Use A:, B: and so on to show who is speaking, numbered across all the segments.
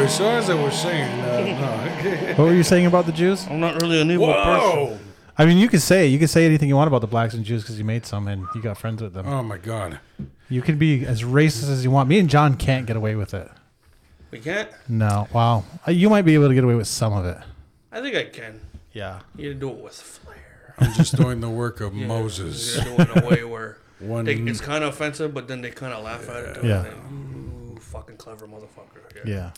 A: as far as I was saying, uh,
B: What were you saying about the Jews?
C: I'm not really an
A: no.
C: evil person.
A: Whoa!
B: I mean, you could say you could say anything you want about the blacks and Jews because you made some and you got friends with them.
A: Oh my God!
B: You can be as racist as you want. Me and John can't get away with it.
C: We can't.
B: No, wow, Uh, you might be able to get away with some of it.
C: I think I can.
B: Yeah,
C: You gotta do it with flair.
A: I'm just doing the work of Moses.
C: You gotta do it in a way where
A: One.
C: they, it's kind of offensive, but then they kind of laugh at it.
B: Yeah.
C: Yeah. Ooh, fucking clever motherfucker.
B: yeah.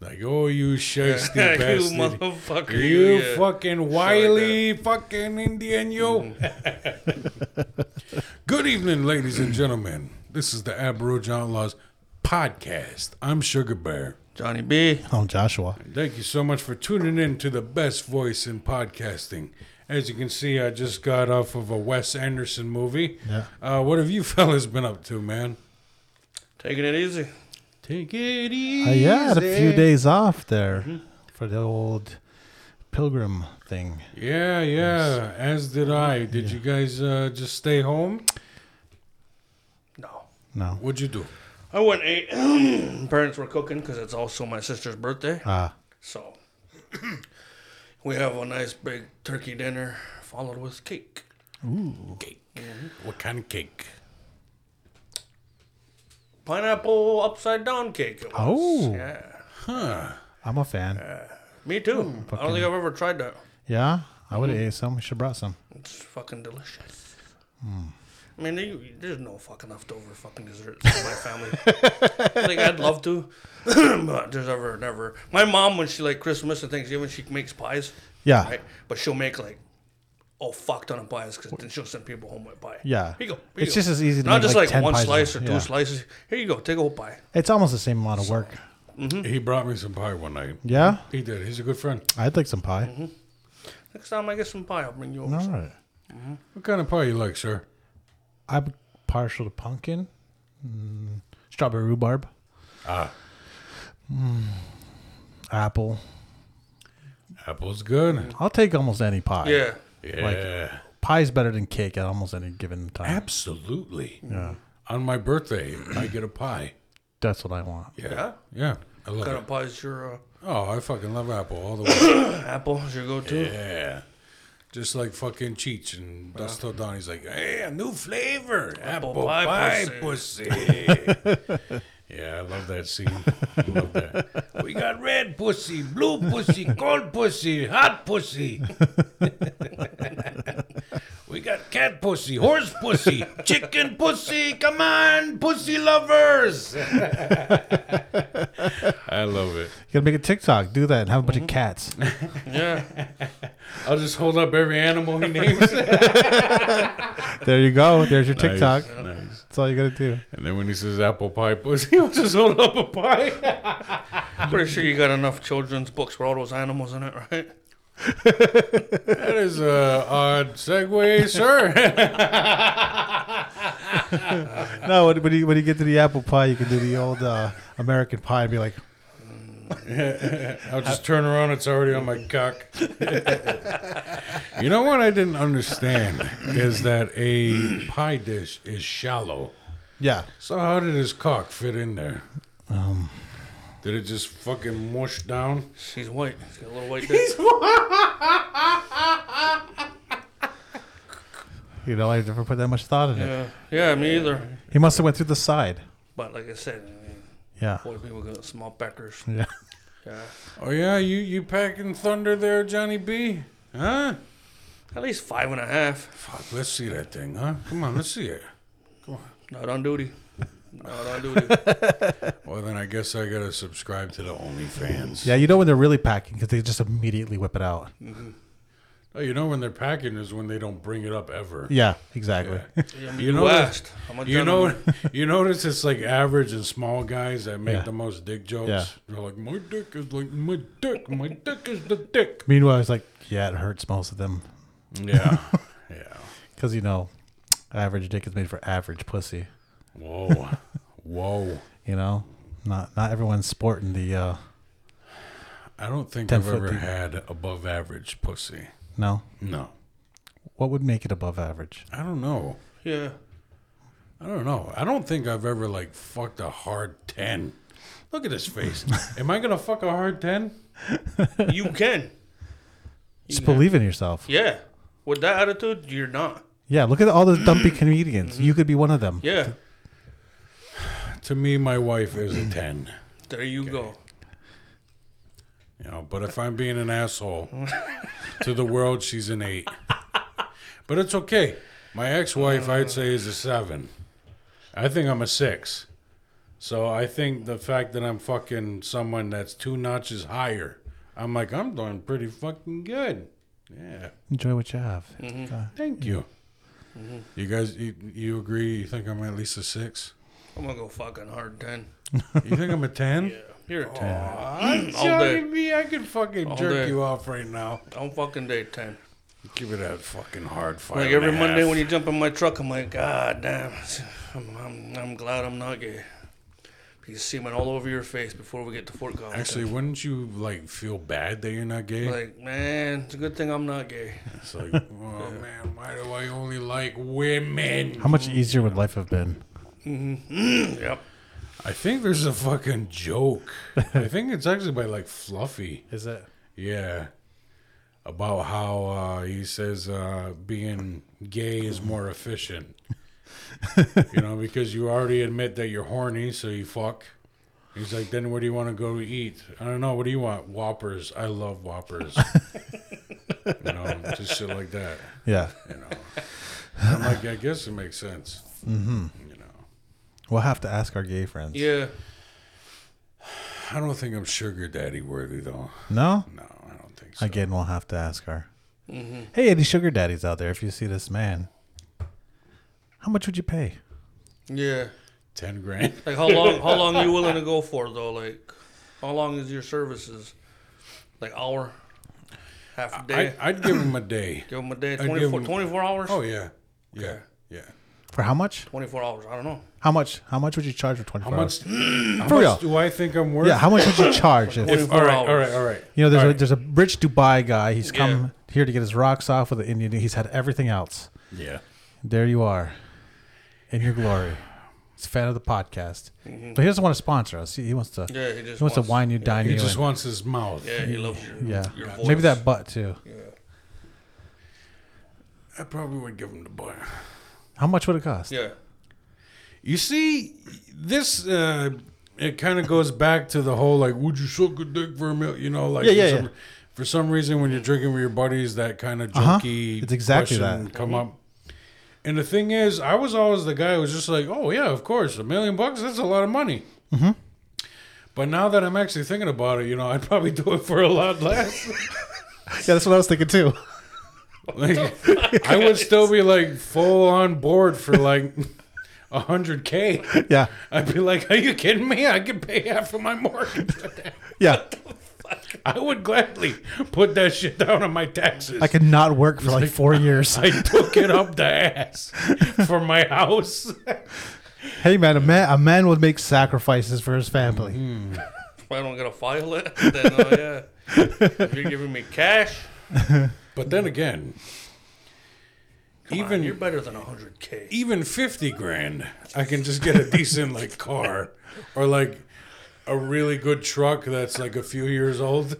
A: Like, oh, you shiesty
C: you
A: bastard.
C: motherfucker.
A: You,
C: yeah.
A: fucking wily fucking Indian, you.
C: Mm.
A: Good evening, ladies and gentlemen. This is the Aboriginal Outlaws podcast. I'm Sugar Bear.
C: Johnny B.
B: Oh, Joshua.
A: Thank you so much for tuning in to the best voice in podcasting. As you can see, I just got off of a Wes Anderson movie.
B: Yeah.
A: Uh, what have you fellas been up to, man?
C: Taking it easy.
A: Take it easy.
B: Uh, yeah, I had a few days off there for the old pilgrim thing.
A: Yeah, yeah. As did I. Did you guys uh, just stay home?
C: No.
B: No,
A: What'd you do?
C: I went eight. Parents were cooking because it's also my sister's birthday.
B: ah,
C: So we have a nice big turkey dinner followed with cake.
A: Cake. What kind of cake?
C: Pineapple upside down cake. It was.
B: Oh.
C: Yeah.
A: Huh.
B: I'm a fan.
C: Me too. I don't think I've ever tried that.
B: yeah, I would have ate some. We should have brought some.
C: It's fucking delicious.
B: Hmm.
C: I mean, they, there's no fucking leftover fucking desserts in my family. like, I'd love to, but there's ever, never. My mom, when she like Christmas and Thanksgiving, she makes pies,
B: Yeah,
C: right? But she'll make like a fuck ton of pies because then she'll send people home with pie.
B: Yeah.
C: Here you go. here
B: It's
C: you
B: just
C: go.
B: as easy to
C: Not
B: make,
C: just
B: like,
C: like,
B: 10
C: one
B: pies
C: slice or
B: than-
C: two
B: yeah.
C: slices. Here you go. Take a whole pie.
B: it's almost the same amount of work.
A: He brought me some pie one night.
B: Yeah,
A: He did. He's a good friend.
B: I'd like some pie.
C: Next time I get some pie, I'll bring you over.
B: All
C: some.
B: right.
A: What kind of pie you like, sir?
B: I'm partial to pumpkin, mm, strawberry rhubarb, Mm,
A: Ah,
B: apple.
A: apple's good.
B: I'll take almost any pie.
C: Yeah.
A: Yeah.
B: Pie's better than cake at almost any given time.
A: Absolutely. Yeah. On my birthday, I get a pie.
B: That's what I want.
A: Yeah.
C: Yeah?
A: Yeah. I love
C: What kind
A: it.
C: of pie is your uh,
A: Oh, I fucking love apple all the way.
C: apple? Is your go-to?
A: yeah. Just like fucking Cheech and Dusto Don. He's like, hey, a new flavor. Apple, pie,
C: pie
A: pussy. yeah, I love that scene. I love that. We got red pussy, blue pussy, gold pussy, hot pussy. we got cat pussy, horse pussy, chicken pussy. Come on, pussy lovers. I love it.
B: You gotta make a TikTok. Do that and have a bunch of cats.
C: Yeah.
A: I'll just hold up every animal he names.
B: there you go. There's your TikTok.
A: Nice.
B: That's all you gotta do.
A: And then when he says apple pie pussy, he'll just hold up a pie.
C: I'm pretty sure you got enough children's books with all those animals in it, right?
A: That is a odd segue, sir.
B: No, when, when, you, when you get to the apple pie, you can do the old uh, American pie and be like,
A: I'll just turn around; it's already on my cock. you know what I didn't understand is that a pie dish is shallow.
B: yeah.
A: So how did his cock fit in there? did it just fucking mush down?
C: She's white. She's got a little white dick.
B: You know, I never put that much thought in it.
C: Yeah. yeah, me either.
B: He must have went through the side.
C: But like I said, I mean,
B: Yeah.
C: boy, people got small peckers.
B: Yeah.
C: Yeah.
A: Oh yeah, you you packing thunder there, Johnny B? Huh?
C: At least five and a half.
A: Fuck, let's see that thing, huh? Come on, let's see it.
C: Not on duty. Not on duty.
A: Well, then I guess I gotta subscribe to the OnlyFans.
B: Yeah, you know when they're really packing because they just immediately whip it out.
A: Oh, you know when they're packing is when they don't bring it up ever.
B: Yeah, exactly.
A: You know,
C: West. I'm a
A: you know,
C: gentleman.
A: you notice it's like average and small guys that make
B: Yeah.
A: the most dick jokes.
B: Yeah.
A: They're like, my dick is like my dick, my dick is the dick.
B: Meanwhile, it's like, yeah, it hurts most of them
A: Yeah, yeah.
B: because you know, average dick is made for average pussy.
A: Whoa, whoa.
B: You know, not not everyone's sporting the. uh
A: I don't think
B: Ten
A: I've
B: foot
A: ever
B: deep.
A: had above average pussy.
B: No,
A: No,
B: what would make it above average?
A: I don't know.
C: Yeah.
A: I don't know. I don't think I've ever like fucked a hard ten. Look at his face. Am I gonna fuck a hard ten?
C: You can.
B: Just believe in yourself.
C: Yeah. With that attitude, you're not.
B: Yeah, look at all those dumpy comedians. You could be one of them.
C: Yeah.
A: To me, my wife is a ten.
C: There you go.
A: You know, but if I'm being an asshole to the world, she's an eight. But it's okay. My ex-wife, I'd say, is a seven. I think I'm a six. So I think the fact that I'm fucking someone that's two notches higher, I'm like, I'm doing pretty fucking good. Yeah.
B: Enjoy what you have. Uh,
A: Thank you.
C: Mm-hmm.
A: You guys, you, you agree? You think I'm at least a six?
C: I'm gonna go fucking hard ten.
A: You think I'm a ten?
C: Yeah. You're a ten.
A: I'm
C: All
A: joking
C: day.
A: me. I could fucking
C: All
A: jerk
C: day.
A: you off right now.
C: I'm fucking day ten.
A: Give it a fucking hard five.
C: Like
A: and a
C: every Monday
A: half.
C: when you jump in my truck, I'm like, God damn, I'm, I'm, I'm glad I'm not gay. Because semen all over your face before we get to Fort Collins.
A: Actually, wouldn't you like feel bad that you're not gay?
C: like man, it's a good thing I'm not gay.
A: it's like, oh man, why do I only like women?
B: How much easier would life have been?
C: yep.
A: I think there's a fucking joke. I think it's actually by like Fluffy.
B: Is it?
A: Yeah. About how uh, he says uh, being gay is more efficient. you know, because you already admit that you're horny, so you fuck. He's like, then where do you want to go to eat? I don't know. What do you want? Whoppers. I love Whoppers. you know, just shit like that.
B: Yeah.
A: You know, I'm like, I guess it makes sense. Mm-hmm. You know,
B: We'll have to ask our gay friends.
C: Yeah.
A: I don't think I'm sugar daddy worthy though.
B: No?
A: No, I don't think so.
B: Again, we'll have to ask her. Hey, any sugar daddies out there, if you see this man, how much would you pay?
C: Yeah.
A: Ten grand.
C: Like how long? How long you willing to go for though? Like, how long is your services? Like hour, half a day.
A: I, I'd give him a day.
C: give them a day.
A: give
C: 24,
A: 'em-
C: 24 hours.
A: Oh yeah, yeah, yeah.
B: For how much?
C: 24 hours. I don't know.
B: How much? How much would you charge for 24
A: How much? How
B: For real.
A: much do I think I'm worth?
B: Yeah, how much would you charge? If,
A: If- all right, all right,
C: hours.
A: all right.
B: you know, there's,
A: All
B: a,
A: right.
B: there's a rich Dubai guy. He's come here to get his rocks off with an Indian. He's had everything else.
A: yeah.
B: There you are, in your glory. He's a fan of the podcast,
A: Mm-hmm.
B: but he doesn't want to sponsor us. He, he wants to.
C: Yeah, he just
B: he wants to
C: wants-
B: wine you, dine
A: He
B: you.
A: just
B: and-
A: wants his mouth.
C: Yeah, he loves your,
B: yeah,
C: your voice.
B: maybe that butt too.
A: I probably would give him the boy.
B: How much would it cost?
C: Yeah.
A: You see, this uh, it kind of goes back to the whole like, would you suck a dick for a meal? You know, like
B: Yeah, yeah,
A: for, some,
B: yeah.
A: for some reason when you're drinking with your buddies, that kind of
B: Uh-huh.
A: junky
B: It's exactly
A: question
B: that.
A: come up. And the thing is, I was always the guy who was just like, oh yeah, of course, a million bucks, that's a lot of money.
B: Mm-hmm.
A: But now that I'm actually thinking about it, you know, I'd probably do it for a lot less.
B: Yeah, that's what I was thinking too.
A: Like, I would still be like full on board for like a hundred k.
B: Yeah,
A: I'd be like, "Are you kidding me? I can pay half of my mortgage." with that."
B: yeah.
A: I would gladly put that shit down on my taxes.
B: I could not work for like four years.
A: I took it up the ass for my house.
B: hey man, a man, a man would make sacrifices for his family.
A: Mm-hmm.
C: If I don't get a file it, then oh yeah. if you're giving me cash,
A: But then again,
C: even
A: even
C: you're better than 100k.
A: even fifty grand, I can just get a decent like car or like a really good truck that's like a few years old.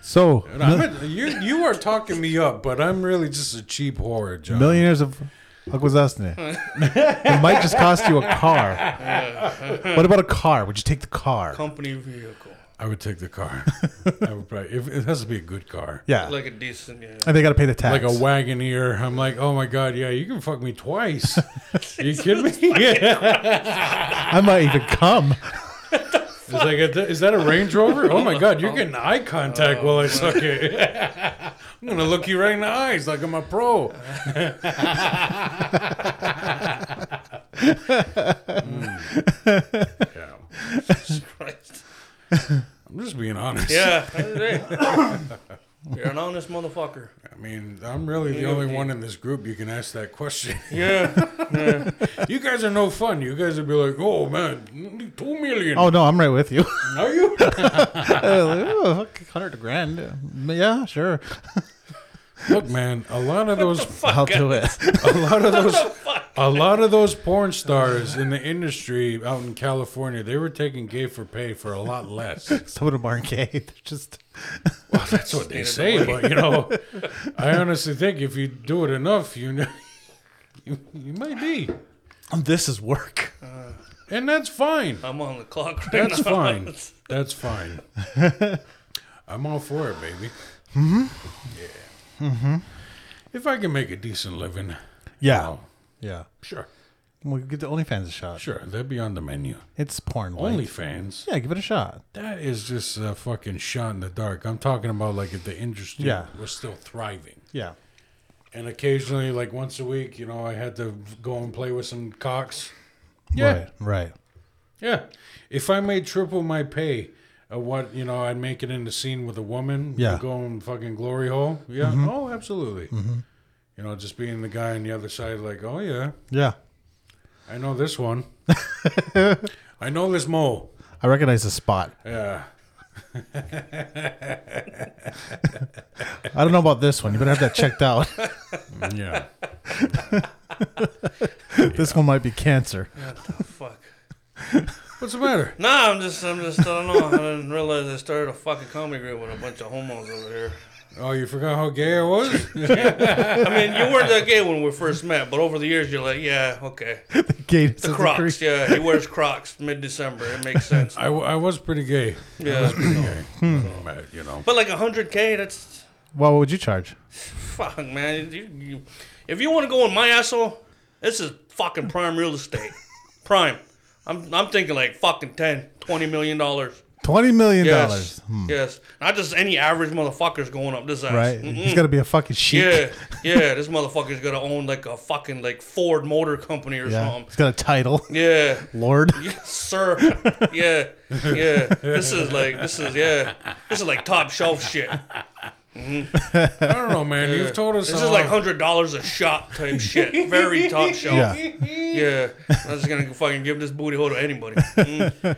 B: So,
A: And I'm a- you you are talking me up, but I'm really just a cheap whore, John.
B: millionaires of Look what's us it? it might just cost you a car. what about a car? Would you take the car?
C: Company vehicle,
A: I would take the car. I would probably. If, it has to be a good car.
B: yeah,
C: like a decent yeah.
B: and they got to pay the tax.
A: like a Wagoneer. I'm like, oh my god, yeah, you can fuck me twice. you kidding me? Yeah.
B: I might even come.
A: It's like, is that a Range Rover? Oh my god, you're getting eye contact while I suck it. I'm gonna look you right in the eyes like I'm a pro. Mm. Yeah.
C: Christ.
A: I'm just being honest.
C: Yeah. hey. You're an honest motherfucker.
A: I mean, I'm really the only one in this group you can ask that question.
C: Yeah.
A: you guys are no fun. You guys would be like, oh man, two million.
B: Oh no, I'm right with you.
A: Are you?
B: Hundred grand. Yeah, sure.
A: Look, man, a lot of those,
B: I'll do it.
A: a lot of those, a lot of those porn stars in the industry out in California, they were taking gay for pay for a lot less.
B: Some of them aren't gay. They're just
A: That's what they say, but you know, I honestly think if you do it enough, you know, you, you might be,
B: this is work.
A: and that's fine.
C: I'm on the clock right
A: That's
C: now.
A: fine. That's fine. I'm all for it, baby. Mm-hmm. Yeah. Mm-hmm. If I can make a decent living,
B: Yeah.
A: Wow.
B: Yeah.
A: sure,
B: We'll give the OnlyFans a shot.
A: sure, that'd be on the menu.
B: It's porn. like.
A: OnlyFans.
B: Yeah, give it a shot.
A: That is just a fucking shot in the dark. I'm talking about like if the industry
B: Yeah.
A: was still thriving.
B: Yeah.
A: And occasionally, like once a week, you know, I had to go and play with some cocks. Yeah.
B: Right.
A: Yeah. If I made triple my pay of what, you know, I'd make it in the scene with a woman,
B: Yeah. Mm-hmm.
A: go in fucking glory hole. Yeah. Oh, absolutely. You know, just being the guy on the other side, like, oh, yeah,
B: Yeah.
A: I know this one. I know this mole.
B: I recognize the spot.
A: Yeah.
B: I don't know about this one. You better have that checked out.
A: Yeah.
B: this one might be cancer.
C: Fuck.
A: What's the matter?
C: Nah, I'm just, I'm just, I don't know. I didn't realize I started a fucking comedy group with a bunch of homos over here.
A: Oh, you forgot how gay I was?
C: I mean, you weren't that gay when we first met, but over the years, you're like, yeah, okay.
B: The gate is
C: The Crocs, yeah, he wears Crocs mid-December. It makes sense.
A: I, w- I was pretty gay.
C: Yeah.
A: Okay. So, you know.
C: But like 100k, that's
B: Well, what would you charge?
C: fuck, man. You, you, if you want to go in my asshole, this is fucking prime real estate. Prime. I'm, I'm thinking like fucking 10, 20 million dollars.
B: Twenty million
C: Yes.
B: dollars. hmm.
C: Yes. Not just any average motherfucker's going up this ass.
B: Right.
C: Mm-mm.
B: He's got to be a fucking sheep.
C: Mm-hmm. Yeah, yeah, this motherfucker's gonna own like a fucking like Ford Motor Company or
B: Yeah.
C: something.
B: He's got a title.
C: Yeah,
B: Lord.
C: Yes, sir. Yeah, yeah. This is like this is yeah. This is like top shelf shit.
A: I don't know, man. You've told us.
C: This is
A: how-
C: like hundred dollars a shot type shit. Very top shelf. Yeah.
B: Yeah.
C: I'm just gonna fucking give this booty hole to anybody. Mm.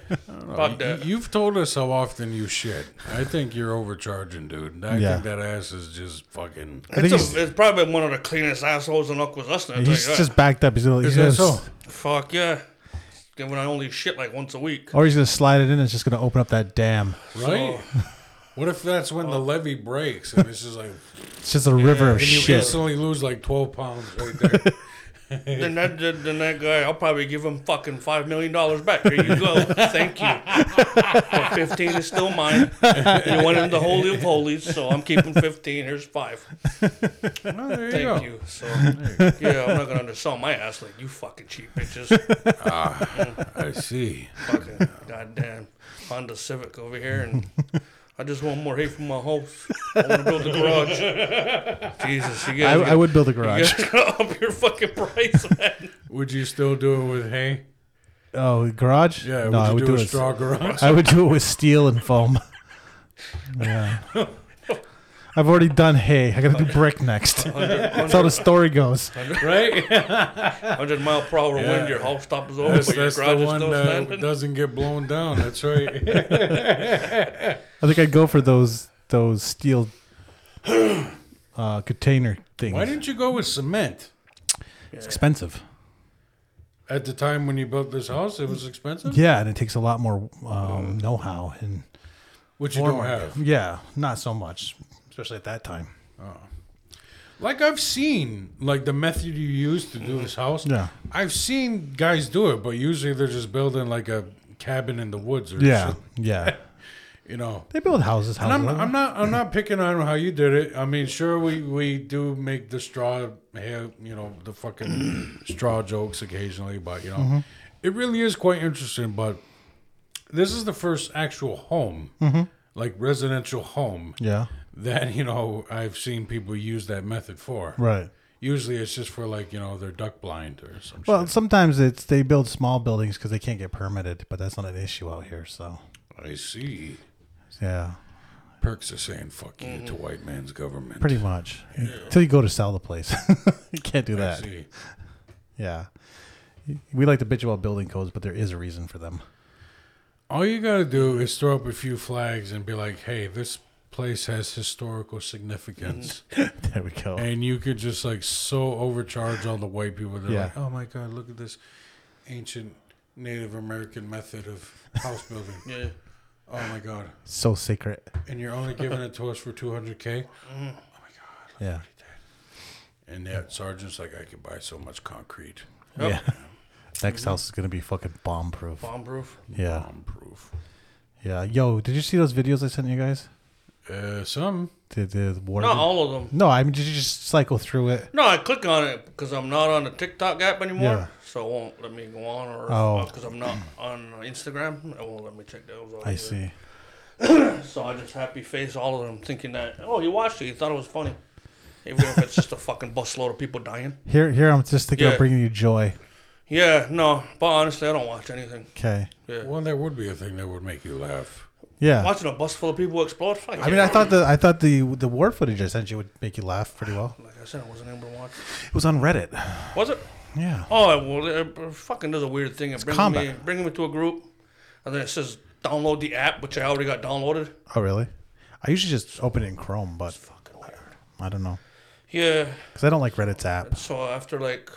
C: Fuck that.
A: You've told us how often you shit. I think you're overcharging, dude. I
B: Yeah.
A: think that ass is just fucking.
B: I think
C: It's,
B: he's,
C: a, it's probably one of the cleanest assholes in Aquasasna. I'll tell you
B: he's
C: that.
B: just backed up. He's gonna, he's
A: Is that
B: gonna
A: so?
C: Fuck yeah. When I only shit like once a week.
B: Or he's gonna slide it in. and It's just gonna open up that dam.
A: Right? What if that's when the
C: Oh.
A: levee breaks and it's just like
B: It's just a river of
A: and you
B: shit.
A: instantly lose like twelve pounds right there?
C: Then that, then then that guy, I'll probably give him fucking five million dollars back. Here you go, thank you. But fifteen is still mine. You went into the holy of holies, so I'm keeping fifteen. Here's five.
A: Well, there you go.
C: Thank you. So yeah, I'm not gonna undersell my ass like you fucking cheap bitches.
A: I see.
C: Fucking goddamn Honda Civic over here, and I just want more hate from my house. I want to build a garage. Jesus, you
B: I,
C: guys,
B: I would build a
C: you
B: garage.
C: guys gotta up your fucking price, man.
A: Would you still do it with hay?
B: Oh, garage?
A: Yeah,
B: no,
A: would you
B: I would
A: do,
B: do
A: a
B: it.
A: straw garage?
B: I would do it with steel and foam. Yeah. I've already done hay. I
C: Uh,
B: gotta do brick next. That's how the story goes.
A: right?
C: Hundred mile per hour
A: Yeah.
C: wind, your house stops over,
A: That's,
C: but your
A: that's
C: garage
A: the
C: is
A: one
C: still
A: that
C: standing.
A: doesn't get blown down. That's right.
B: I think I'd go for those those steel uh, container things.
A: Why didn't you go with cement?
B: it's expensive.
A: At the time when you built this house, it was expensive,
B: Yeah, and it takes a lot more um, know-how and
A: which you Mm. don't have.
B: Yeah, not so much, especially at that time.
A: Like I've seen, like the method you use to do this house.
B: Yeah.
A: I've seen guys do it, but usually they're just building like a cabin in the woods or
B: Yeah,
A: something,
B: yeah.
A: you know.
B: They build houses. houses
A: I'm, I'm not. I'm not picking on how you did it. I mean, sure, we, we do make the straw hair, you know, the fucking straw jokes occasionally, but you know,
B: Mm-hmm.
A: it really is quite interesting. But this is the first actual home,
B: Mm-hmm.
A: like residential home,
B: yeah,
A: that you know I've seen people use that method for.
B: right.
A: Usually, it's just for like you know they're duck blind or some
B: Well, sometimes it's they build small buildings because they can't get permitted, but that's not an issue out here. So
A: shit. I see.
B: yeah,
A: Perks are saying "fuck you" to white man's government.
B: pretty much until you go to sell the place, you can't do
A: I
B: that.
A: see.
B: Yeah, we like to bitch about building codes, but there is a reason for them.
A: All you gotta do is throw up a few flags and be like, "Hey, this place has historical significance.
B: There we go.
A: and you could just like so overcharge all the white people. They're
B: Yeah.
A: like, oh my God, look at this ancient Native American method of house building.
C: Yeah.
A: Oh my God.
B: So secret.
A: And you're only giving it to us for 200K?
B: Yeah.
A: And that sergeant's like, I could buy so much concrete.
C: Yep.
B: Yeah. Next house is gonna be fucking bomb proof.
C: Bomb proof.
B: Yeah.
A: Bomb proof.
B: Yeah. Yo, did you see those videos I sent you guys?
A: Uh, some.
B: The the water.
C: Not all of them.
B: No, I mean did you just cycle through it?
C: No, I click on it because I'm not on the TikTok app anymore,
B: Yeah.
C: so it won't let me go on, or
B: Oh.
C: because I'm not on Instagram, it won't let me check those. out
B: I
C: either.
B: see.
C: So I just happy face all of them, thinking that oh, he watched it, he thought it was funny, even if it's just a fucking busload of people dying.
B: Here here I'm just thinking
C: Yeah.
B: of bringing you joy.
C: Yeah, no, but honestly, I don't watch anything.
B: Okay.
C: Yeah,
A: Well, that would be a thing that would make you laugh.
B: Yeah.
C: watching a bus full of people explode. Fuck
B: I mean, I thought the I thought the the war footage I sent you would make you laugh pretty well.
C: like I said, I wasn't able to watch.
B: It was on Reddit.
C: Was it?
B: Yeah.
C: Oh, it- well, it, it fucking does a weird thing. It brings
B: combat.
C: me, bringing me to a group, and then it says download the app, which I already got downloaded.
B: Oh, really? I usually just open it in Chrome, but
C: Fucking weird.
B: I don't know
C: Yeah.
B: because I don't like Reddit's app.
C: So after like,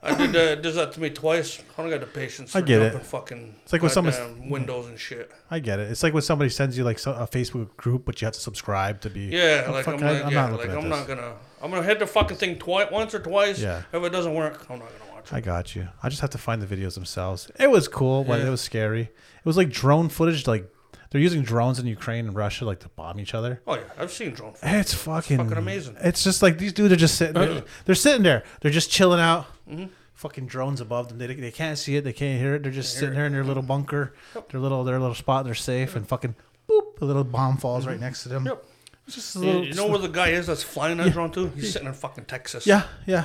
C: I did that, does that to me twice. I don't got the patience.
B: I
C: for
B: get it.
C: jumping Fucking
B: It's like when someone's-
C: goddamn windows and shit.
B: I get it. It's like when somebody sends you like so, a Facebook group, but you have to subscribe to be.
C: Yeah,
B: Oh,
C: like
B: fuck,
C: I'm,
B: I-
C: like,
B: I'm
C: yeah,
B: not
C: like
B: looking at
C: I'm
B: this.
C: not gonna. I'm gonna hit the fucking thing twice, once or twice.
B: Yeah.
C: If it doesn't work, I'm not gonna watch it.
B: I got you. I just have to find the videos themselves. It was cool, but
C: Yeah.
B: it was scary. It was like drone footage. Like they're using drones in Ukraine and Russia, like to bomb each other.
C: Oh yeah, I've seen drone. footage.
B: It's fucking,
C: fucking amazing.
B: It's just like these dudes are just sitting. There. They're sitting there. They're just chilling out.
C: Mm-hmm.
B: Fucking drones above them. They, they can't see it. They can't hear it. They're just sitting there in their little bunker, their little their little spot. They're safe. And fucking boop, a little bomb falls right next to them.
C: Mm-hmm. Yep.
B: It's just a
C: You,
B: little.
C: you know where the guy is that's flying that drone to? He's sitting in fucking Texas.
B: yeah, yeah,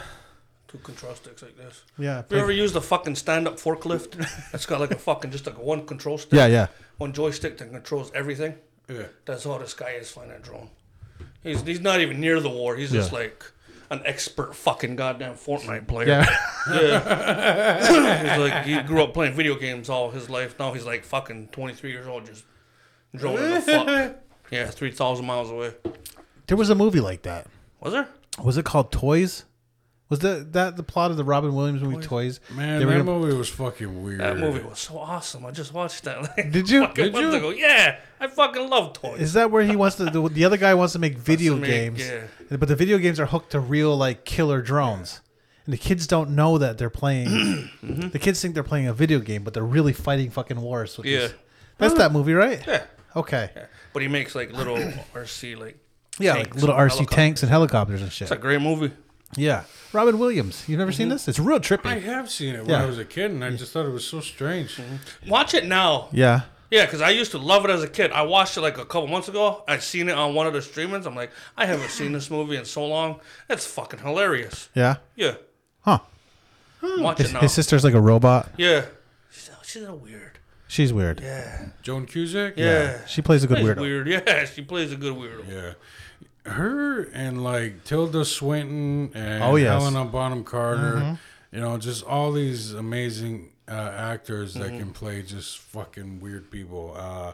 C: Two control sticks like this.
B: yeah.
C: Have you ever used a fucking stand-up forklift? That's got like a fucking just like one control stick,
B: yeah, yeah.
C: one joystick that controls everything.
A: Yeah.
C: That's how this guy is flying a drone. He's he's not even near the war. He's just
B: Yeah.
C: like an expert fucking goddamn Fortnite player.
B: Yeah.
C: He's like he grew up playing video games all his life. Now he's like fucking 23 years old, just droning the fuck. Yeah, 3,000 miles away.
B: There was a movie like that.
C: Was there?
B: Was it called Toys? Was that that the plot of the Robin Williams movie Toys?
A: Man, that
B: They were gonna-
A: movie was fucking weird.
C: That movie was so awesome. I just watched that like
B: Did you?
C: fucking
B: Did
C: months
B: you?
C: ago. Yeah, I fucking love toys.
B: Is that where he wants to? The, the other guy wants to make video
C: make-
B: games,
C: yeah.
B: but the video games are hooked to real like killer drones, and the kids don't know that they're playing. The kids think they're playing a video game, but they're really fighting fucking wars. With
C: Yeah.
B: these- that's that movie, right?
C: yeah.
B: Okay.
C: yeah. But he makes like little RC like
B: Yeah,
C: tanks
B: like little
C: and
B: RC
C: helicopters.
B: tanks and helicopters and shit.
C: It's a great movie.
B: yeah, Robin Williams. You've never seen this? It's real trippy.
A: I have seen it when
B: Yeah.
A: I was a kid, and I just thought it was so strange.
C: Mm-hmm. Watch it now.
B: yeah.
C: Yeah, because I used to love it as a kid. I watched it like a couple months ago. I seen it on one of the streamings. I'm like, I haven't seen this movie in so long. That's fucking hilarious.
B: Yeah.
C: Yeah.
B: Huh.
C: Watch it
B: His,
C: now.
B: his sister's like a robot.
C: yeah. Hmm. She's, she's a weird.
B: She's weird.
C: Yeah.
A: Joan Cusack.
C: Yeah.
B: She plays a good
C: Plays
B: weirdo.
C: weird. Yeah, she plays a good weirdo.
A: Yeah. Her and like Tilda Swinton and
B: Oh, yes. Mm-hmm.
A: Helena Bonham Carter, you know, just all these amazing uh, actors that can play just fucking weird people. Uh,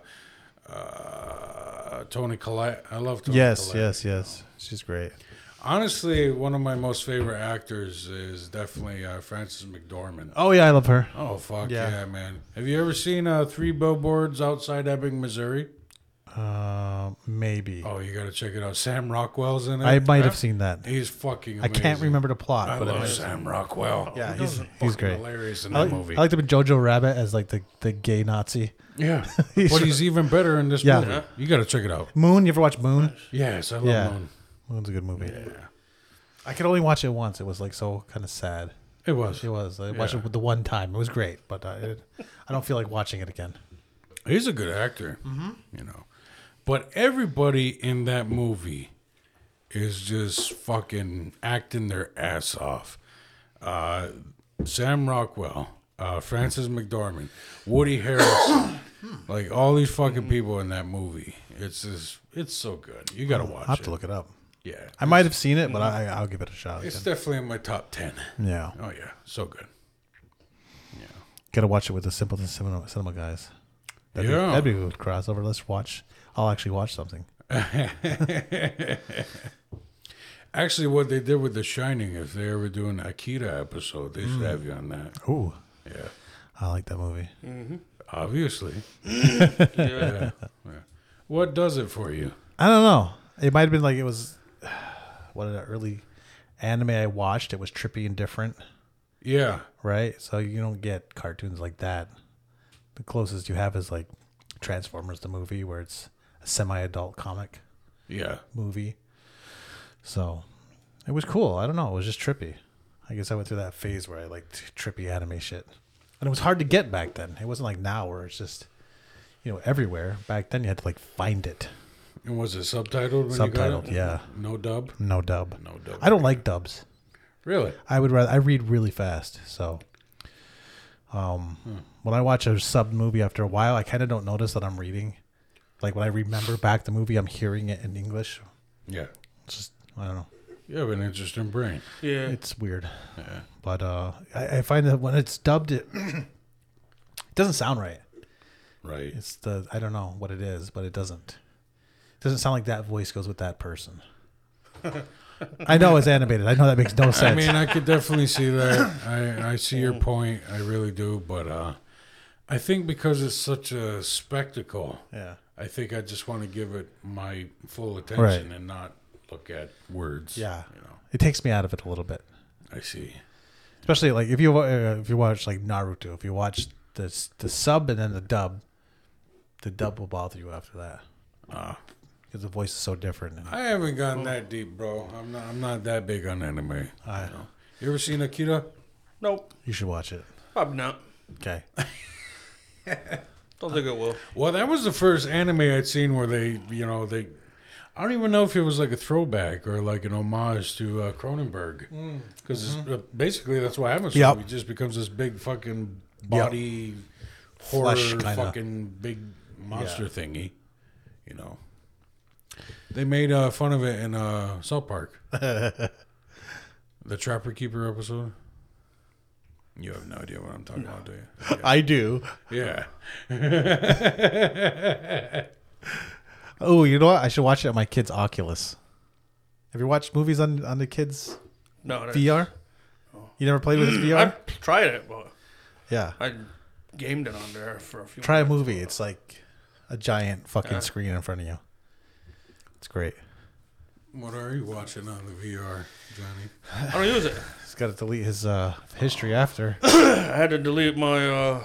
A: uh, Tony Collette. I love Tony
B: Yes,
A: Collette.
B: yes, yes. She's great.
A: Honestly, one of my most favorite actors is definitely uh, Frances McDormand.
B: Oh yeah, I love her.
A: Oh, fuck
B: Yeah.
A: yeah. man. Have you ever seen uh, Three Billboards Outside Ebbing, Missouri?
B: Uh, maybe.
A: Oh, you got to check it out. Sam Rockwell's in it.
B: I might have seen that.
A: He's fucking
B: I
A: amazing.
B: can't remember the plot,
A: I
B: but I,
A: love Sam Rockwell.
B: yeah,
C: Who
B: he's
C: doesn't
B: he's
A: Fucking
B: great. Oh,
A: Hilarious in
B: I
A: that
B: like,
A: movie.
B: I liked him in Jojo Rabbit as like the, the gay Nazi.
A: yeah,
B: He's-
A: but he's even better in this
B: Yeah.
A: movie. You got to check it out.
B: Moon, you ever watch Moon?
A: Uh-huh. Yes, I love
B: Yeah,
A: Moon.
B: Moon's a good movie. I could only watch it once. It was like so kind of sad.
A: It was.
B: It was. I watched
A: Yeah.
B: it the one time. It was great, but I it, I don't feel like watching it again.
A: He's a good actor. Mm-hmm. You know, but everybody in that movie is just fucking acting their ass off. Uh, Sam Rockwell, uh, Francis McDormand, Woody Harrelson, like all these fucking people in that movie. It's just, it's so good. You got to watch
B: I will have
A: it.
B: to look it up.
A: Yeah.
B: I might have seen it, but I, I'll give it a shot.
A: It's
B: Again.
A: definitely in my top ten.
B: Yeah,
A: Oh yeah, so good.
B: gotta watch it with the Simpleton Cinema, cinema guys. That'd,
A: Yeah.
B: be, that'd be a good crossover. Let's watch. I'll actually watch something.
A: Actually, what they did with The Shining, if they ever do an Akira episode, they
B: Mm.
A: should have you on that.
B: Ooh,
A: Yeah,
B: I like that movie.
A: obviously.
C: Yeah.
A: What does it for you?
B: I don't know. It might have been like it was one of the early anime I watched. It was trippy and different,
A: Yeah,
B: right? So you don't get cartoons like that. The closest you have is like Transformers the movie, where it's a semi-adult comic
A: yeah.
B: movie. So it was cool. I don't know. It was just trippy. I guess I went through that phase where I liked trippy anime shit, and it was hard to get back then. It wasn't like now where it's just you know everywhere. Back then you had to like find it.
A: And was it subtitled when Oh, you got
B: Subtitled,
A: it?
B: yeah.
A: No dub.
B: No dub.
A: No dub.
B: I don't like dubs.
A: really.
B: I would rather I read really fast. So, um,
A: Hmm.
B: when I watch a sub movie after a while, I kind of don't notice that I'm reading. Like when I remember back the movie, I'm hearing it in English.
A: Yeah,
B: It's just I don't know.
A: you have an interesting brain.
C: yeah.
B: It's weird. But uh, I, I find that when it's dubbed, it, it doesn't sound right.
A: Right.
B: It's the I don't know what it is, but it doesn't. It doesn't sound like that voice goes with that person. I know it's animated. I know that makes no sense.
A: I mean, I could definitely see that. I, I see your point. I really do. But uh, I think because it's such a spectacle,
B: yeah.
A: I think I just want to give it my full attention
B: Right.
A: and not look at words.
B: Yeah.
A: You know,
B: It takes me out of it a little bit.
A: I see.
B: especially like if you wa- uh, if you watch like Naruto, if you watch the s- the sub and then the dub, the dub will bother you after that because the voice is so different. And,
A: I haven't gotten that deep, bro. I'm not. I'm not that big on anime.
B: I-
A: you, know. You ever seen Akira?
C: Nope.
B: you should watch it.
C: Probably not.
B: Okay,
C: Don't think it will.
A: Well, that was the first anime I'd seen where they, you know, they. I don't even know if it was like a throwback or like an homage to uh, Cronenberg, because uh, basically that's what happens. to
B: Yep.
A: him. He just becomes this big fucking body horror
B: Flesh kinda.
A: fucking big monster thingy, you know. They made uh, fun of it in uh, South Park, the Trapper Keeper episode. You have no idea what I'm talking about, do you?
B: I do.
A: Yeah.
B: Oh, you know what? I should watch it on my kid's Oculus. Have you watched movies on on the kids
C: No. that-
B: VR? You never played with his
C: I
B: VR?
C: tried it, but
B: Yeah.
C: I gamed it on there for a few.
B: Try a movie. It's like a giant fucking
C: Yeah.
B: screen in front of you. It's great.
A: What are you watching on the VR, Johnny?
C: I don't use it.
B: He's got to delete his uh, history after.
C: I had to delete my uh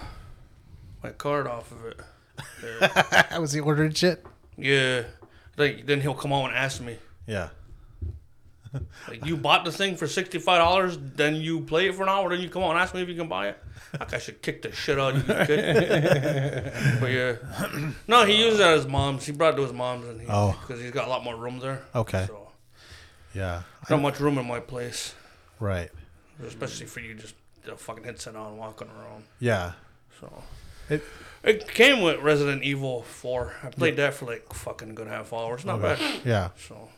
C: my card off of it. There.
B: Was he ordering shit?
C: yeah. Like then he'll come on and ask me.
B: Yeah.
C: Like you bought the thing for sixty five dollars, then you play it for an hour, then you come on and ask me if you can buy it. Like I should kick the shit out of you, you kid. but yeah, no, he uses it at his mom's. He brought it to his mom's, and he,
B: Oh.
C: because he's got a lot more room there.
B: Okay.
C: So
B: Yeah.
C: not much room in my place,
B: Right.
C: especially for you just the fucking headset on, walking around.
B: Yeah.
C: So
B: It-
C: it came with Resident Evil Four. I played that for like fucking good half hour. It's not bad.
B: Yeah.
C: So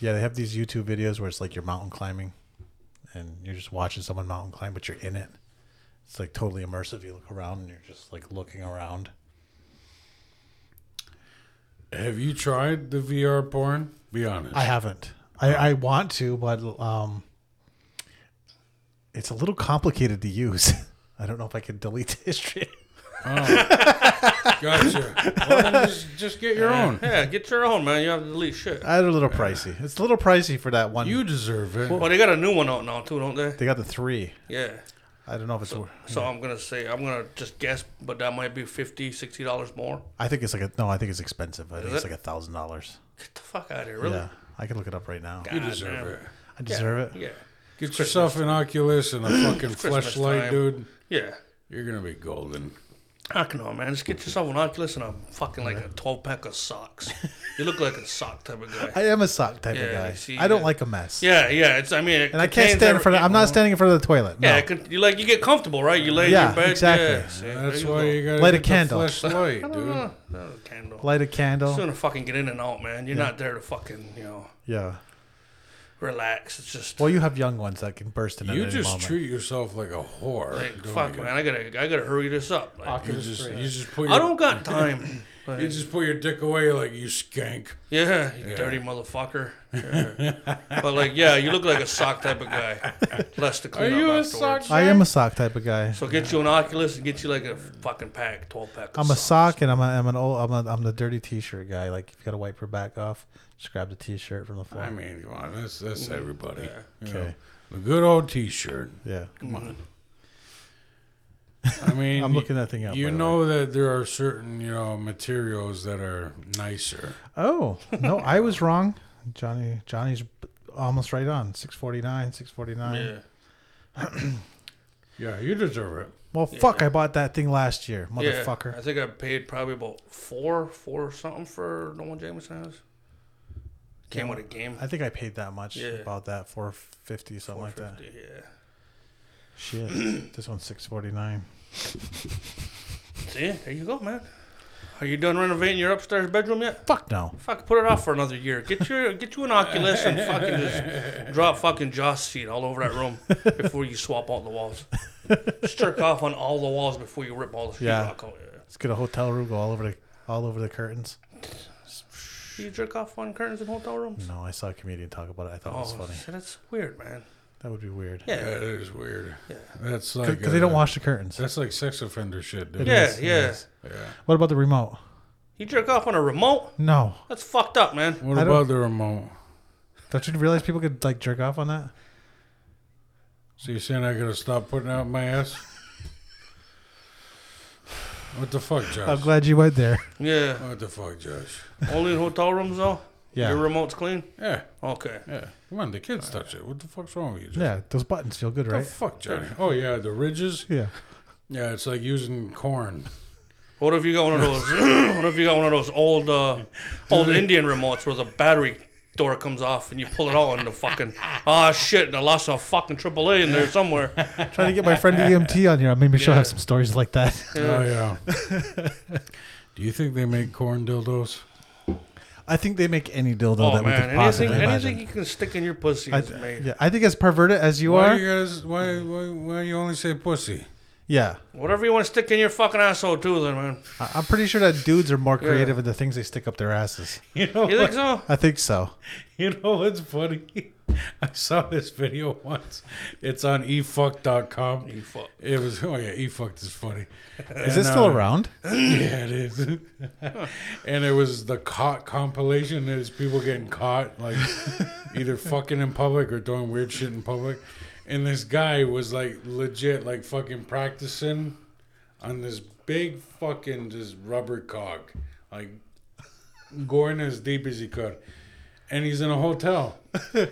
B: Yeah. They have these YouTube videos where it's like you're mountain climbing and you're just watching someone mountain climb, but you're in it. It's like totally immersive. You look around and you're just like looking around.
A: Have you tried the VR porn? Be honest.
B: I haven't. I, I want to, but um, it's a little complicated to use. I don't know if I can delete the history.
A: gotcha. Well, then just, just get your own.
C: yeah, get your own man. You have to delete shit.
B: It's a little pricey. It's a little pricey for that one.
A: You deserve it.
C: Well, they got a new one out now too, don't they?
B: they got the three.
C: Yeah.
B: I don't know if it's. wor-
C: So I'm gonna say I'm gonna just guess, but that might be 50 60 dollars more.
B: I think it's like a no. I think it's expensive. I think it's
C: it?
B: like a thousand dollars.
C: Get the fuck out of here, really?
B: Yeah, I can look it up right now.
A: you
C: God
A: deserve
C: damn.
A: it.
B: I deserve it.
C: Yeah,
A: Get yourself an Oculus and a fucking
C: Christmas
A: flashlight,
C: time.
A: dude.
C: yeah.
A: You're gonna be golden.
C: Heck no, man. Just get yourself an Oculus and a fucking like a 12 pack of socks. you look like a sock type of guy.
B: I am a sock type of
C: Yeah,
B: guy.
C: you see,
B: I don't
C: yeah.
B: like a mess.
C: Yeah, yeah. It's I mean, it
B: And I can't
C: contains
B: stand in front of,
C: every-
B: I'm not standing in front of the toilet. No.
C: Yeah, it could, you like you get comfortable, right? You lay in
B: Yeah,
C: your bed.
B: exactly.
C: Yeah, see, there
A: That's
C: you
A: why
C: go.
A: you gotta
B: Light a
A: get
B: candle.
A: the flashlight, dude.
C: Oh, oh, candle.
B: Light a candle.
C: Soon to fucking get in and out, man. You're not there to fucking you know.
B: Yeah.
C: relax. It's just
B: Well, you have young ones that can burst in at
A: You
B: any
A: just
B: moment.
A: treat yourself like a whore.
C: like
A: don't
C: fuck,
A: you?
C: man. I gotta I gotta hurry this up. Like,
A: You just, you just put your,
C: I don't got time. Like,
A: you just put your dick away like you skank.
C: yeah, you dirty motherfucker. Yeah. but like, yeah, you look like a sock type of guy. Less to clean
A: Are you
C: up
A: a
C: afterwards.
A: sock?
B: I am a sock type of guy.
C: So get you an Oculus and get you like a fucking pack, twelve pack. Of
B: I'm a
C: socks.
B: sock and I'm a, I'm an old I'm a, I'm the dirty t-shirt guy. Like if you gotta wipe your back off, just grab the t-shirt from the floor.
A: I mean, come on, that's that's everybody. You know,
B: Okay.
A: the good old T-shirt.
B: yeah,
C: Come on.
A: I mean,
B: I'm
A: y-
B: looking that thing up.
A: You
B: by the way.
A: know that there are certain you know materials that are nicer.
B: Oh no, I was wrong. Johnny Johnny's almost right on. Six forty nine, six forty nine.
C: Yeah.
A: Yeah, you deserve it.
B: Well, fuck! I bought that thing last year,
C: Yeah,
B: motherfucker.
C: I think I paid probably about four, four something for the one Jameson has. Came with a game.
B: I think I paid that much
C: Yeah.
B: about that four fifty something like that.
C: 450, Yeah.
B: Shit, this one's six forty nine.
C: See, there you go, man. Are you done renovating your upstairs bedroom yet?
B: Fuck no.
C: Fuck, put it off for another year. Get your get you an Oculus and fucking just drop fucking Joss seed all over that room before you swap out the walls. Just jerk off on all the walls before you rip all the sheetrock
B: Yeah.
C: out. Yeah.
B: Let's get a hotel room, go all over the all over the curtains.
C: Do you jerk off on curtains in hotel rooms?
B: No, I saw a comedian talk about it. I thought it was
C: Oh,
B: funny.
C: shit, that's weird, man.
B: That would be weird.
C: Yeah.
A: That is weird.
C: Yeah.
A: That's like
B: Because they don't
A: uh,
B: wash the curtains.
A: That's like sex offender shit. Dude.
B: It
C: Yeah,
B: is, it
C: yeah.
B: is.
A: Yeah.
B: What about the remote?
C: You jerk off on a remote?
B: No.
C: That's fucked up, man.
A: What
B: I don't-
A: about the remote?
B: Don't you realize people could like jerk off on that?
A: So you're saying I gotta stop putting out my ass? What the fuck, Josh?
B: I'm glad you went there.
C: Yeah.
A: What the fuck, Josh?
C: Only in hotel rooms though.
B: Yeah.
C: Your remote's clean.
A: Yeah,
C: Okay.
A: yeah. Come on, the kids touch it. What the fuck's wrong with you, Josh?
B: Yeah, those buttons feel good,
A: What
B: right?
A: the fuck, Johnny? Oh yeah, the ridges.
B: Yeah.
A: Yeah, it's like using corn.
C: What if you got one of those? what if you got one of those old, uh, old Indian remotes where the battery door comes off and you pull it out and the fucking ah shit, I lost a fucking AAA in there somewhere.
B: Trying to get my friend EMT on here. Maybe she'll
C: Yeah.
B: have some stories like that.
A: Oh yeah. Do you think they make corn dildos?
B: I think they make any dildo
C: Oh
B: that we
C: man,
B: could possibly
C: anything,
B: imagine.
C: anything you can stick in your pussy
B: I,
C: is made.
B: yeah, I think as perverted as you
A: Why
B: are,
A: you guys? Why why why you only say pussy?
B: yeah,
C: Whatever you want to stick in your fucking asshole too, then man.
B: I, I'm pretty sure that dudes are more creative in the things they stick up their asses.
A: You know
C: You think so?
B: I think so.
A: You know what's funny? I saw this video once. It's on e efuck.com.
B: E
C: Efuck.
A: It was oh yeah, efuck is funny. uh,
B: Is it still around?
A: Yeah, it is. and it was the caught compilation. It is people getting caught, like either fucking in public or doing weird shit in public. And this guy was like legit, like fucking practicing on this big fucking just rubber cog, like going as deep as he could. And he's in a hotel.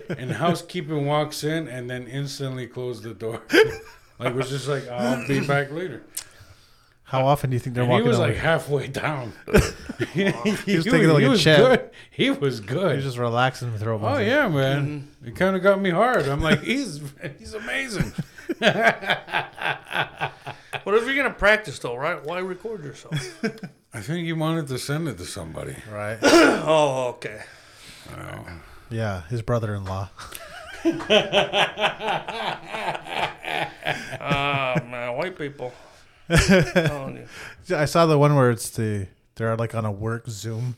A: And housekeeping walks in and then instantly closed the door. like was just like, I'll be back later.
B: How often do you think they're
A: And he
B: walking?
A: was
B: over?
A: like halfway down. he,
B: was taking it like a champ.
A: good. He was
B: He
A: good.
B: was just Mm-hmm. relaxing and throw.
A: oh yeah, man. It kind of got me hard. I'm like, he's he's amazing.
C: What if you're gonna practice though, right? Why record yourself?
A: I think he wanted to send it to somebody.
B: Right.
C: oh, okay.
B: Yeah, his brother-in-law.
C: Ah man, white people. Telling you.
B: I saw the one where it's the they're like on a work Zoom,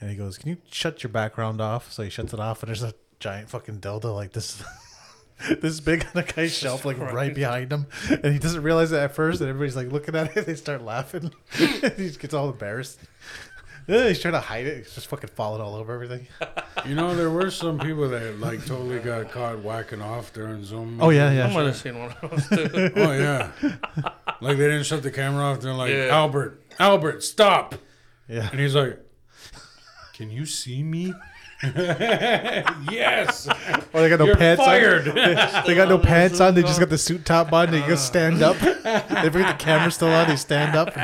B: and he goes, "Can you shut your background off?" So he shuts it off, and there's a giant fucking dildo like this, this big on the guy's shelf, like right behind him, and he doesn't realize it at first, and everybody's like looking at it. They start laughing. he just gets all embarrassed. Yeah, He's trying to hide it. He's just fucking falling all over everything.
A: You know, there were some people that like totally got caught whacking off during Zoom.
B: Oh yeah,
C: I
B: yeah.
C: might have seen one of those too.
A: Oh yeah. like they didn't shut the camera off. They're like,
C: Yeah.
A: Albert, Albert, stop.
B: Yeah.
A: And he's like, Can you see me? yes.
B: Or they got no
A: You're
B: pants
A: fired.
B: on. They, they got no pants on. They just got the suit top on. They just stand up. they forget the camera's still on. They stand up.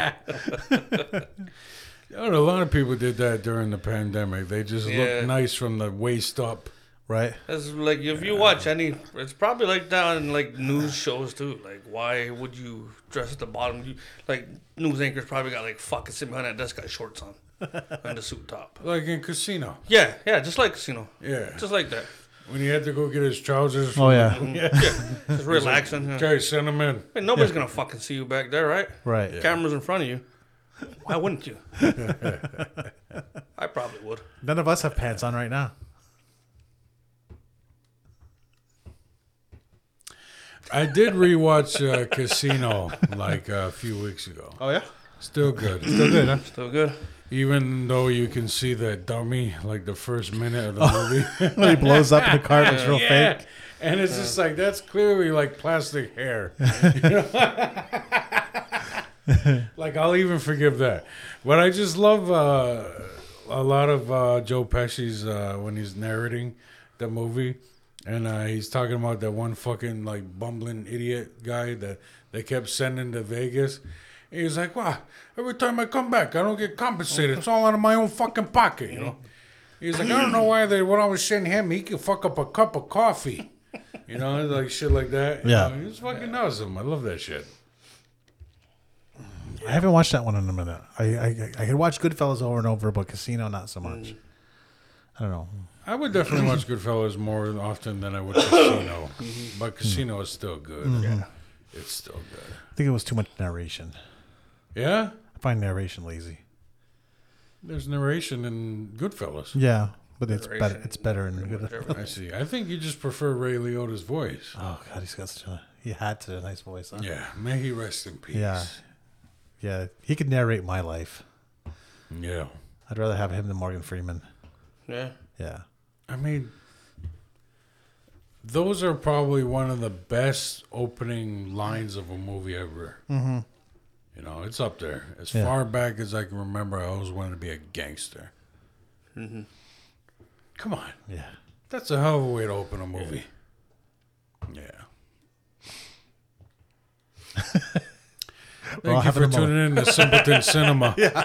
A: You know, a lot of people did that during the pandemic. They just
C: Yeah.
A: look nice from the waist up.
B: Right.
C: That's like if you watch any, it's probably like that in like news shows too. Like, why would you dress at the bottom? You, like news anchors probably got like fucking sitting behind that desk got shorts on and a suit top.
A: Like in casino.
C: Yeah, yeah, just like casino,
A: Yeah.
C: just like that.
A: When he had to go get his trousers,
B: Oh yeah,
C: Yeah, yeah. Just relaxing. yeah.
A: okay, send him in.
C: Hey, nobody's gonna fucking see you back there, right?
B: right.
C: Cameras in front of you. Why wouldn't you? I probably would.
B: None of us have pants on right now.
A: I did rewatch uh, Casino like a few weeks ago.
B: Oh yeah,
A: Still good.
B: good. Huh?
C: Still good.
A: Even though you can see the dummy like the first minute of the
B: Oh.
A: movie.
B: when he blows up in the car, it's real
A: yeah.
B: fake.
A: And it's just like that's clearly like plastic hair. like I'll even forgive that. But I just love uh, a lot of uh, Joe Pesci's uh, when he's narrating the movie. And uh, he's talking about that one fucking like bumbling idiot guy that they kept sending to Vegas. And he's like, "Wow! Every time I come back, I don't get compensated. It's all out of my own fucking pocket, you know." He's like, "I don't know why they when I was sending him, he could fuck up a cup of coffee, you know, like shit like that." You
B: Yeah.
A: know, it's fucking awesome. I love that shit.
B: I haven't watched that one in a minute. I I, I could watch Goodfellas over and over, but Casino not so much. I don't know.
A: I would definitely watch Goodfellas more often than I would Casino, but Casino is still good.
B: Mm-hmm.
A: Yeah, it's still good.
B: I think it was too much narration.
A: Yeah,
B: I find narration lazy.
A: there's narration in Goodfellas.
B: Yeah, but it's better.
C: Narration.
B: It's better in
C: Whatever.
A: I see. I think you just prefer Ray Liotta's voice.
B: Oh God, he's got such a he had such a nice voice. Huh?
A: Yeah, may he rest in peace.
B: Yeah. yeah, he could narrate my life.
A: yeah.
B: I'd rather have him than Morgan Freeman.
C: Yeah.
B: Yeah,
A: I mean, those are probably one of the best opening lines of a movie ever. Mm-hmm. You know, it's up there. As
B: Yeah.
A: far back as I can remember, I always wanted to be a gangster. Mm-hmm. Come on.
B: yeah.
A: That's a hell of a way to open a movie. Yeah.
B: Well,
A: Thank you
B: having
A: for
B: a moment.
A: tuning in to Simpleton Cinema. Yeah.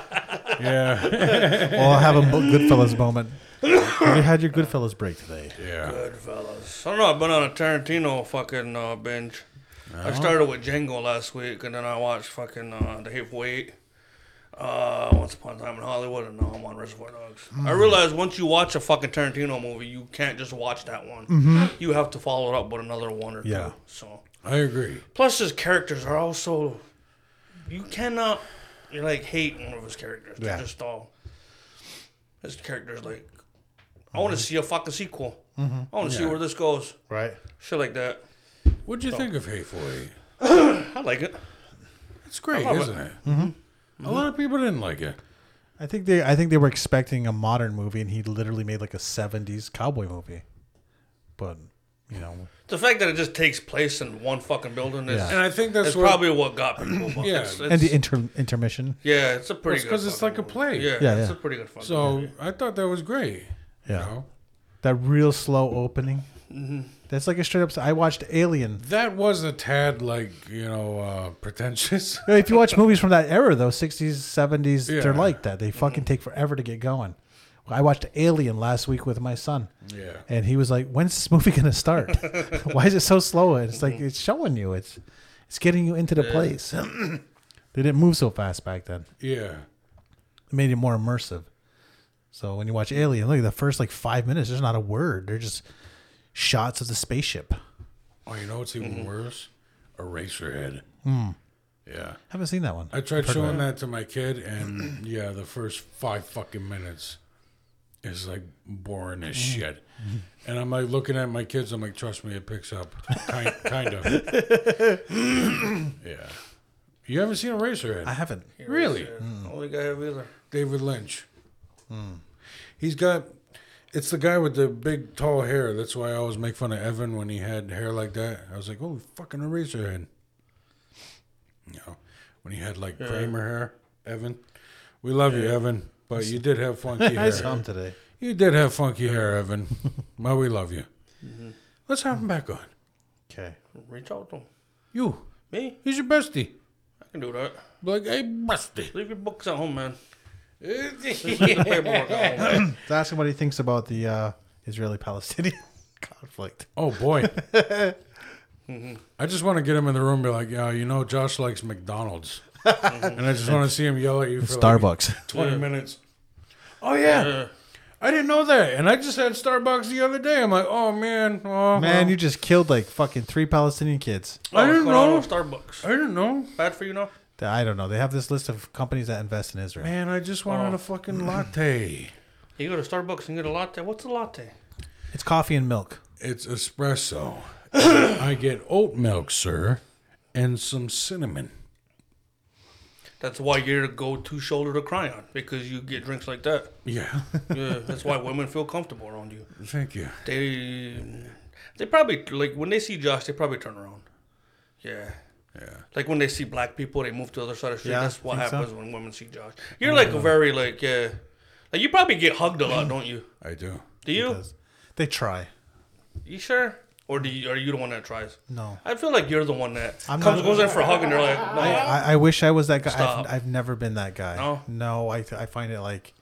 A: Yeah.
B: Well, I'll have a mo- Goodfellas moment. Have you had your Goodfellas break today?
A: Yeah.
C: Goodfellas. I don't know. I've been on a Tarantino fucking uh, binge. I started with Django last week, and then I watched fucking uh, The Hateful Eight. Uh, Once Upon a Time in Hollywood, and now I'm on Reservoir Dogs. I realized once you watch a fucking Tarantino movie, you can't just watch that one. You have to follow it up with another one or
B: Yeah.
C: two. So
A: I agree.
C: plus his characters are also, you cannot, you like hate one of his characters. They're
B: Yeah.
C: just all his characters like. I want to see a fucking sequel. I want to see where this goes.
B: Right.
C: Shit like that.
A: What'd you think of Hateful Eight?
C: I like it.
A: It's great,
C: love it.
A: isn't it? Mm-hmm. A lot of people didn't like it.
B: I think they I think they were expecting a modern movie, and he literally made like a '70s cowboy movie. But you know,
C: The fact that it just takes place in one fucking building is,
A: And I think that's
C: is
A: what,
C: probably what got people. yeah,
A: Yeah.
C: it's,
B: and
C: it's-
B: the inter- intermission.
C: yeah, it's a pretty
A: It's
C: good.
A: 'cause it's
C: fucking
A: like a play.
C: movie. Yeah,
B: Yeah,
C: it's
B: yeah.
C: a pretty good fucking.
A: So
C: movie.
A: I thought that was great.
B: Yeah.
A: You know?
B: That real slow opening. That's like a straight up. I watched Alien.
A: That was a tad like, you know, uh, pretentious.
B: No, If you watch movies from that era, though, 60s, 70s,
A: Yeah.
B: they're like that. They fucking take forever to get going. I watched Alien last week with my son,
A: yeah.
B: and he was like, "When's this movie gonna start? Why is it so slow?" And it's like it's showing you. It's it's getting you into the place. they didn't move so fast back then.
A: Yeah.
B: It made it more immersive. So when you watch Alien, look at the first like five minutes. There's not a word. They're just shots of the spaceship.
A: Oh, you know what's even worse? Eraserhead. Yeah.
B: Haven't seen that one.
A: I tried showing that to my kid, and yeah, the first five fucking minutes is like boring as shit. And I'm like looking at my kids. I'm like, trust me, it picks up, kind, kind of. yeah, you haven't seen Eraserhead,
B: I haven't.
A: really?
C: Only guy I've either.
A: David Lynch. He's got. It's the guy with the big tall hair. That's why I always make fun of Evan when he had hair like that. I was like, oh, fucking Eraserhead. You know, when he had like Kramer hair, Evan. We love you, Evan, but you did have funky
B: I saw
A: hair.
B: him today.
A: You did have funky hair, Evan. well, we love you. Let's have him back on.
B: Okay.
C: Reach out to him.
A: You,
C: Me,
A: he's your bestie.
C: I can do that.
A: Be Like, hey, bestie.
C: Leave your books at home, man. Paperwork at home.
B: Let's ask him what he thinks about the uh, Israeli-Palestinian conflict.
A: Oh boy. I just want to get him in the room and be like, yeah, you know, Josh likes McDonald's. Mm-hmm. and I just want to see him yell at you for like
B: Starbucks.
A: 20 minutes. Oh, yeah.
C: Yeah.
A: I didn't know that, and I just had Starbucks the other day. I'm like, oh man, oh,
B: Man, you just killed like fucking three Palestinian kids.
A: I didn't know. I
C: Starbucks.
A: didn't know.
C: Bad for you now.
B: I don't know. They have this list of companies that invest in Israel.
A: Man, I just wanted
C: Oh.
A: a fucking latte.
C: You go to Starbucks and get a latte. What's a latte?
B: It's coffee and milk.
A: It's espresso. I get oat milk, sir, and some cinnamon.
C: That's why you're the go-to shoulder to cry on because you get drinks like that.
A: Yeah,
C: Yeah, that's why women feel comfortable around you.
A: thank you.
C: They, they probably like when they see Josh, they probably turn around. Yeah.
A: Yeah.
C: Like when they see black people, they move to the other side of the street.
B: Yeah,
C: That's what
B: think so.
C: happens when women see Josh. You're like a very like yeah, like you probably get hugged a lot, don't you?
A: I do.
C: Do you?
B: Because They try.
C: You sure? Or do you? Are you the one that tries?
B: No.
C: I feel like you're the one that
B: I'm
C: comes
B: not-
C: goes in for a hug and they're like, no.
B: I, I wish I was that guy.
C: Stop.
B: I've, I've never been that guy.
C: No?
B: No, I, I find it like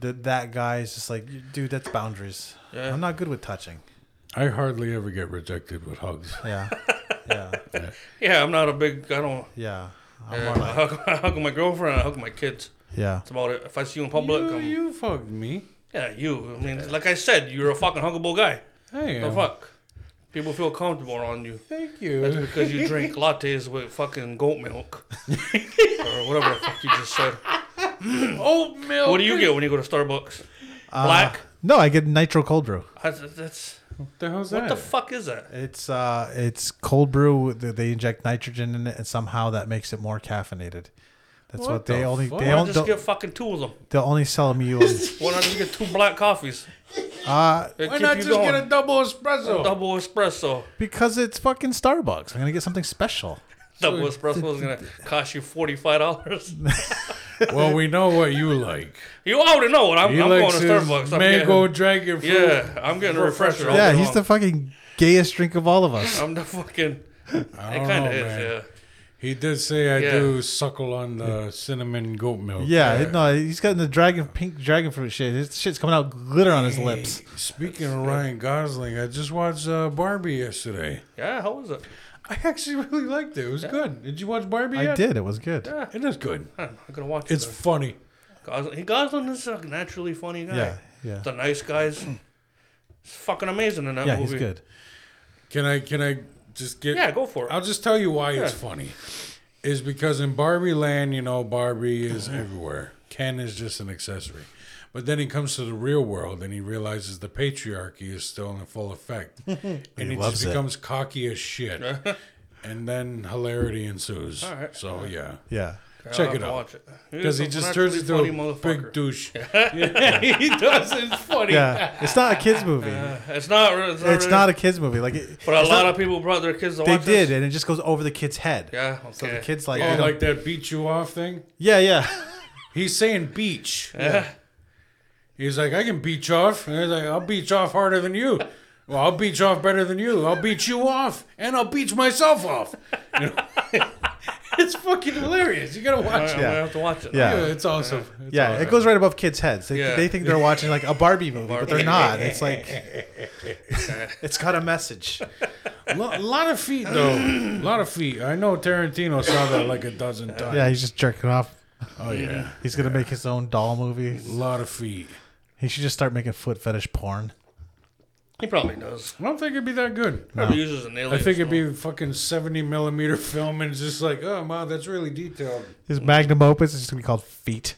B: th- that guy is just like, dude, that's boundaries.
C: Yeah.
B: I'm not good with touching.
A: I hardly ever get rejected with hugs.
B: Yeah. yeah.
C: yeah, I'm not a big. I don't.
B: Yeah. I'm
C: Yeah,
B: more
C: I,
B: like,
C: hug, I hug my girlfriend. I hug my kids.
B: yeah.
C: That's about it. If I see you in public,
A: you,
C: I'm,
A: you fucked me.
C: yeah, you. I mean, like I said, you're a fucking huggable guy.
A: Hey,
C: The fuck? People feel comfortable around you.
A: thank
C: That's
A: you.
C: because you drink lattes with fucking goat milk. or whatever the fuck you just said.
A: Oat milk.
C: What do you get when you go to Starbucks?
A: Uh,
C: Black?
B: No, I get nitro cold brew.
C: That's, that's
A: What the hell's
C: what
A: that?
C: the fuck is that?
B: It's uh, it's cold brew. th- They inject nitrogen in it, and somehow that makes it more caffeinated. That's
A: What
B: what, they
A: the
B: only
A: fuck?
B: they
A: Why
C: Why
B: don't,
C: not
B: they'll-
C: just get fucking two of them?
B: they'll only sell them you. on-
C: Why not just get two black coffees?
B: uh,
C: It'd
A: Why
C: keep
A: not
C: you
A: just
C: going.
A: get a double espresso?
C: double espresso?
B: because it's fucking Starbucks. I'm gonna get something special.
C: Double espresso is gonna cost you forty five dollars.
A: well, we know what you like.
C: You already know what I'm,
A: He
C: I'm going
A: likes
C: to
A: his
C: Starbucks. I'm
A: mango
C: getting,
A: dragon fruit.
C: yeah, I'm getting a refresher. all Oh,
B: yeah,
C: day
B: he's
C: long.
B: the fucking gayest drink of all of us.
C: I'm the fucking.
A: I
C: It
A: don't
C: kind
A: know,
C: of is,
A: Oh, man.
C: yeah.
A: He did say I
C: Yeah.
A: do suckle on the cinnamon goat milk.
B: Yeah, no, he's got the dragon pink dragon fruit shit. His shit's coming out glitter on his lips.
A: Speaking of Ryan Gosling, I just watched uh, Barbie yesterday.
C: Yeah, how was it?
A: I actually really liked it. It was good. Did you watch Barbie
B: I
A: yet?
B: did. It was good.
C: Yeah.
A: It is good.
C: I don't know, I'm gonna watch
A: It's
C: it.
A: funny.
C: Gosling, Gosling is a naturally funny guy.
B: Yeah, yeah,
C: The nice guys. It's fucking amazing in that
B: yeah.
C: movie.
B: He's good.
A: Can I? Can I just get?
C: Yeah, go for it.
A: I'll just tell you why it's
C: Yeah.
A: funny. Is because in Barbie land, you know, Barbie is everywhere. Ken is just an accessory. But then he comes to the real world and he realizes the patriarchy is still in full effect. and he,
B: loves
A: just
B: it.
A: becomes cocky as shit. and then hilarity ensues.
C: All right.
A: So, yeah.
B: Yeah.
C: I'll
A: Check
C: have
A: it
C: to
A: out.
C: watch it.
A: Because
C: He's
A: he
C: a
A: just turns into
C: naturally
A: a
C: funny
A: big
C: motherfucker.
A: douche. Yeah, he does. It's funny.
B: Yeah. It's not a kids movie.
C: It's not. re- It's not.
B: it's not a kids movie. Like, it,
C: but a
B: it's
C: lot
B: not-
C: of people brought their kids to
B: they
C: watch this.
B: did, and it just goes over the kid's head.
C: Yeah. Okay.
B: So the kids like,
A: Oh,
B: they
A: like
B: don't
A: that beat you off thing?
B: yeah, yeah,
A: He's saying beach.
C: Yeah.
A: He's like, I can beach off. And he's like, I'll beach off harder than you. Well, I'll beach off better than you. I'll beach you off, and I'll beach myself off. You know? it's fucking hilarious. You gotta
C: All right,
A: watch
C: I'm
A: it.
C: gonna have to watch it.
B: Yeah.
A: Yeah, it's awesome. It's
B: yeah.
A: awesome.
B: It goes right above kids' heads. They,
C: Yeah.
B: they think they're watching like a Barbie movie, but
C: Barbie.
B: they're not. It's like it's got a message.
A: A lot of feet, though. A lot of feet. I know Tarantino saw that like a dozen times.
B: Yeah, he's just jerking off.
A: Oh yeah,
B: He's gonna make his own doll movie.
A: a lot of feet.
B: He should just start making foot fetish porn.
C: He probably does.
A: I don't think it'd be that good.
C: Probably uses an alien.
A: I think it'd
C: smell.
A: be fucking seventy millimeter film, and it's just like, oh wow, that's really detailed.
B: His magnum opus is just gonna be called Feet.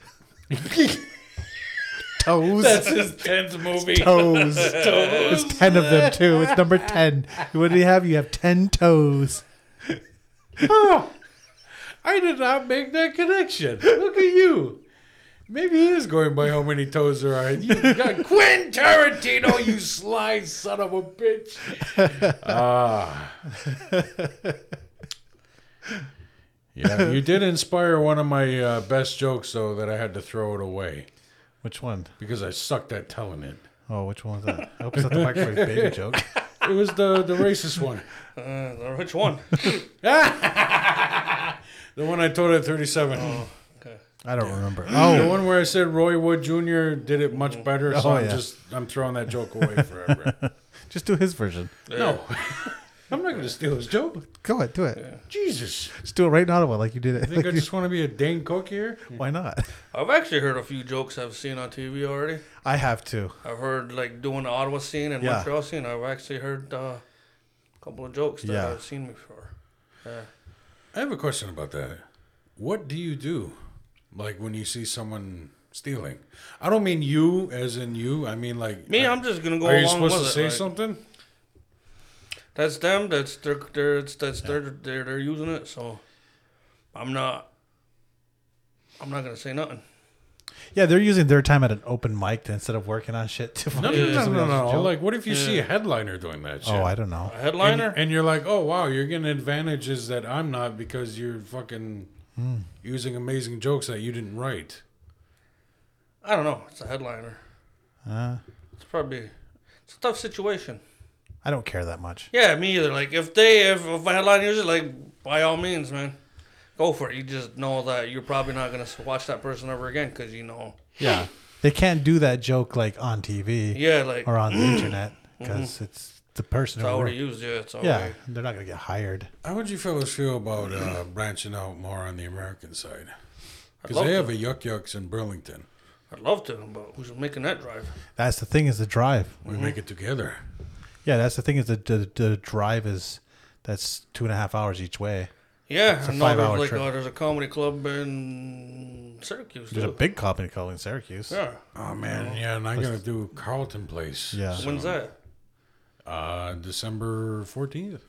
B: Toes.
A: That's his tenth movie.
B: toes.
A: Oh,
B: There's ten of them too. It's number ten. What do you have? You have ten toes.
A: Oh, I did not make that connection. Look at you. Maybe he is going by how many toes there are. You got Quentin Tarantino, you sly son of a bitch. Ah. Yeah, you did inspire one of my uh, best jokes, though, that I had to throw it away
B: Which one?
A: because I sucked at telling it.
B: Oh, which one was that? I hope it's not the microwave baby joke.
A: It was the, the racist one.
C: Uh, which one?
A: The one I told at 37.
C: okay.
B: I don't remember.
A: The
B: Oh,
A: one where I said Roy Wood Jr. did it much better, so
B: Oh,
A: I'm
B: yeah.
A: just I'm throwing that joke away forever.
B: just do his version.
A: no, I'm not going to steal his joke.
B: Go ahead, do it.
A: Jesus.
B: Let's do it right in Ottawa, like you did it.
A: You think I
B: Like,
A: just want to be a dang cook here?
B: why not?
C: I've actually heard a few jokes I've seen on TV already.
B: I have to.
C: I've heard like doing the Ottawa scene and
B: Yeah.
C: Montreal scene. I've actually heard uh, a couple of jokes that
B: Yeah.
C: I've seen before. Yeah.
A: I have a question about that. What do you do, like when you see someone stealing? I don't mean you, as in you. I mean like
C: Me,
A: Are,
C: I'm just gonna go
A: are you
C: along
A: supposed
C: with
A: to
C: it.
A: say
C: like,
A: something?
C: That's them. That's their. their it's, that's their. They're they're using it. So I'm not. I'm not gonna say nothing.
B: Yeah, they're using their time at an open mic to, instead of working on shit. To
A: No,
B: fucking
A: no,
B: do
A: no,
B: somebody
A: no,
B: else's
A: no.
B: joke.
A: Like, what if you see a headliner doing that shit?
B: oh, I don't know.
C: A
A: and,
C: headliner.
A: and you're like, oh wow, you're getting advantages that I'm not because you're fucking using amazing jokes that you didn't write.
C: I don't know. It's a headliner.
B: Uh,
C: It's probably. It's a tough situation.
B: I don't care that much.
C: Yeah, me either. Like if they if, if a headline user like by all means, man, go for it. You just know that you're probably not gonna watch that person ever again because you know.
B: Yeah, they can't do that joke like on TV
C: Yeah, like
B: or on the internet because
A: Mm-hmm.
B: it's the person
C: it's
B: who.
C: already
B: Worked.
C: used. Yeah, it's already.
B: Yeah, they're not gonna get hired.
A: How would you fellas feel about uh, branching out more on the American side? Because
C: love
A: they
C: to.
A: have a Yuck Yucks in Burlington.
C: I'd love to, but who's making that drive?
B: That's the thing is the drive.
A: We make it together.
B: Yeah, that's the thing is the the, the drive is that's two and a half hours each way.
C: Yeah,
B: a
C: I know
B: five-hour
C: there's like
B: trip.
C: oh, there's a comedy club in Syracuse.
B: There's a
C: too.
B: big company called in Syracuse.
C: Yeah.
A: Oh man, yeah, and I'm gonna do Carlton Place.
B: Yeah.
C: When's that?
A: Uh, December 14th.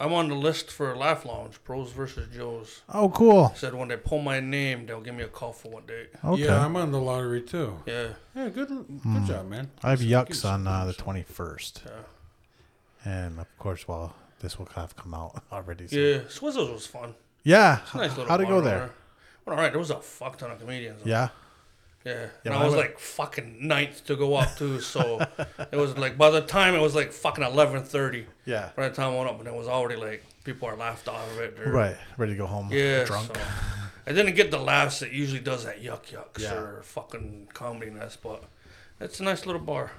C: I'm on the list for Laugh Lounge, Pros versus Joes.
B: Oh, cool.
C: Said when they pull my name, they'll give me a call for one date.
B: Okay. Hmm.
A: Yeah, I'm on the lottery too.
C: Yeah.
A: Yeah, good, good job, man.
B: I have yucks
A: Excuse
B: on
A: me.
B: uh, the 21st.
C: Yeah.
B: And of course, well, this will have come out already. So.
C: Yeah. Swizzles was fun.
B: Yeah.
C: Nice
B: How-
C: little
B: How'd it
C: bar
B: go
C: over
B: there?
C: Well, all right, there was a fuck ton of comedians.
B: Yeah.
C: Yeah.
B: Yeah,
C: and
B: mine
C: I was
B: were-
C: like fucking ninth to go up to, so it was like by the time it was like fucking eleven thirty.
B: Yeah.
C: By the time I went up, and it was already like people are laughed off of it. They're,
B: Right. Ready to go home.
C: Yeah.
B: Drunk.
C: so- I didn't get the laughs that usually does that yuck yucks
B: Yeah.
C: or fucking comedy nest, but it's a nice little bar.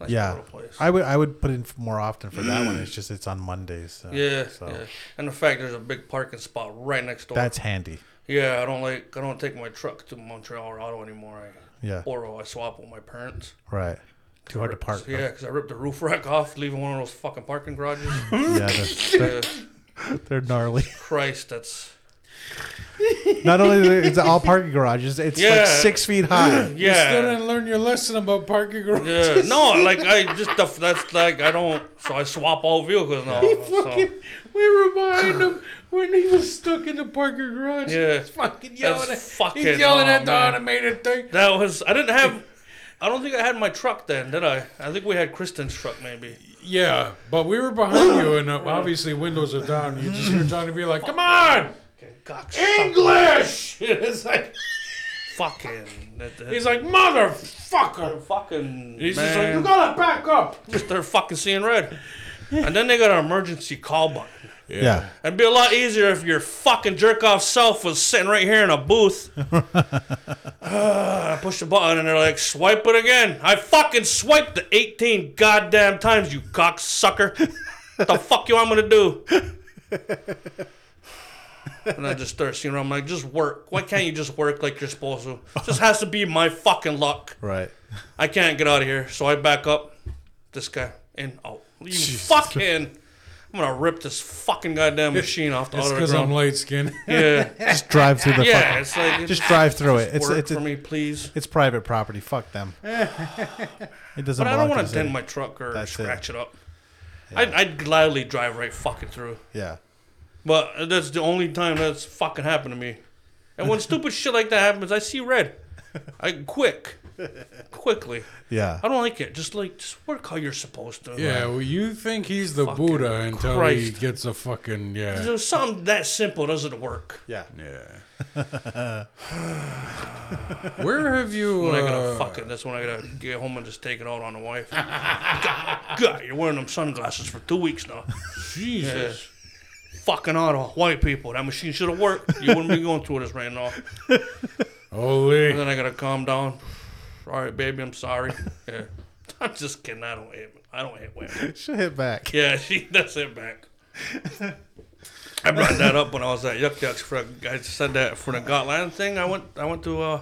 C: Nice
B: yeah.
C: little place.
B: I would I would put in f- more often for that one. It's just it's on Mondays. So,
C: yeah,
B: So
C: yeah. And the fact there's a big parking spot right next door.
B: that's handy.
C: yeah, I don't like I don't take my truck to Montreal or Ottawa anymore. I
B: Yeah.
C: Oro, I swap with my parents.
B: Right. Too hard to park.
C: Yeah, 'cause I ripped the roof rack off, leaving one of those fucking parking garages.
B: though. Yeah. They're,
C: Yeah,
B: they're gnarly.
C: Christ, that's
B: Not only is it- it's all parking garages, it's
C: Yeah.
B: like six feet high.
A: You still
C: yeah,
A: didn't learn your lesson about parking garage.
C: yeah. No, like I just the, that's like I don't. So I swap all vehicles now. So,
A: Fucking- we were behind him when he was stuck in the parking garage.
C: Yeah.
A: He's fucking yelling at,
C: That's fucking-
A: he's yelling
C: oh,
A: at the
C: man.
A: automated thing.
C: that was I didn't have. I don't think I had my truck then, did I? I think we had Kristen's truck maybe.
A: Yeah, but we were behind you, and uh, obviously windows are down. You just hear Johnny be like, "Come on,
C: God,
A: English!" it's like
C: fucking. That, that,
A: he's like, "Motherfucker!"
C: fucking.
A: He's just like,
C: man,
A: "You gotta back up."
C: just they're fucking seeing red, and then they got an emergency call button.
B: Yeah.
C: It'd be a lot easier if your fucking jerk off self was sitting right here in a booth. Ah, I push the button and they're like, swipe it again. I fucking swiped it 18 goddamn times, you cocksucker. what the fuck you I'm gonna do? and I just start seeing her. I'm like, just work. Why can't you just work like you're supposed to? It just has to be my fucking luck.
B: Right.
C: I can't get out of here. So I back up. This guy in out. You fucking. I'm gonna rip this fucking goddamn machine off the
A: It's
C: other
A: because I'm
C: ground.
A: light skinned.
C: Yeah,
B: Just drive through the
C: yeah.
B: fucking.
C: It's like
B: Just drive through it. It's
C: work
B: it's
C: for
B: it's,
C: me, please.
B: it's private property. Fuck them. It doesn't.
C: But I don't
B: belong
C: want
B: the
C: to dent
B: city.
C: my truck or
B: That's it.
C: scratch it, up. I'd, I'd gladly drive right fucking through.
B: Yeah.
C: But that's the only time that's fucking happened to me. And when stupid shit like that happens, I see red. I quick, quickly.
B: Yeah.
C: I don't like it. Just like just work how you're supposed to.
A: Yeah, well, you think he's the
C: Fucking
A: Buddha until he
C: Christ.
A: gets a fucking yeah,
C: There's something that simple doesn't work.
B: Yeah.
A: yeah. Where have you?
C: When I
A: uh,
C: gotta fuck it. That's when I gotta get home and just take it out on the wife. God, God, you're wearing them sunglasses for two weeks now.
A: Jesus,
C: Fucking auto, white people. That machine should have worked. You wouldn't be going through this right now.
A: holy!
C: And then I gotta calm down. All right, baby, I'm sorry. Yeah. I'm just kidding. I don't hit. I don't hit women.
B: She'll hit back.
C: Yeah, she that's it back. I brought that up when I was at Yuck Yucks for a, I said that for the Gotland thing. I went I went to uh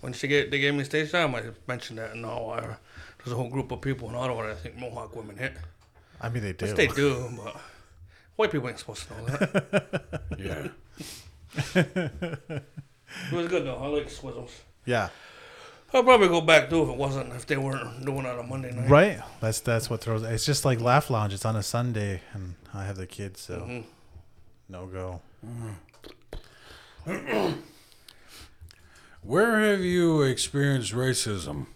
C: when she gave, they gave me stage time. I mentioned that and all. I, there's a whole group of people in Ottawa that I think Mohawk women hit.
B: I mean, they do.
C: They do, but white people ain't supposed to know that.
A: Yeah.
C: it was good though. I like swizzles.
B: Yeah.
C: I'd probably go back too if it wasn't if they weren't doing it on a Monday night.
B: Right. That's that's what throws. It's just like Laugh Lounge. It's on a Sunday, and I have the kids, so
C: Mm-hmm.
B: no go.
A: Where have you experienced racism?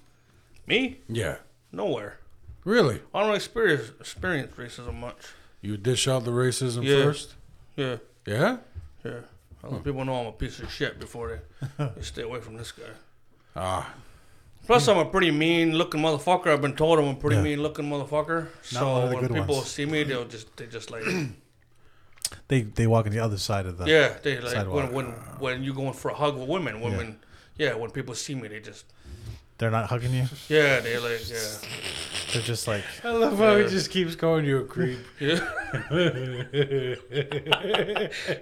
C: Me?
A: Yeah.
C: Nowhere.
A: Really?
C: I don't experience experience racism much.
A: You dish out the racism
C: Yeah.
A: first?
C: Yeah,
A: Yeah?
C: yeah. I
B: Hmm.
C: let people know I'm a piece of shit before they, they stay away from this guy.
A: Ah,
C: Plus, I'm a pretty mean looking motherfucker. I've been told I'm a pretty
B: Yeah.
C: mean looking
B: one
C: motherfucker.
B: of
C: So
B: the
C: when
B: good
C: people
B: ones.
C: see me, they'll just they just like
B: They they walk on the other side of the.
C: yeah they like
B: Sidewalk.
C: when when when you going for a hug with women women yeah. when people see me they just
B: They're not hugging you.
C: yeah they like yeah
B: They're just like
A: I love how
C: Yeah.
A: he just keeps calling you a creep.
C: yeah.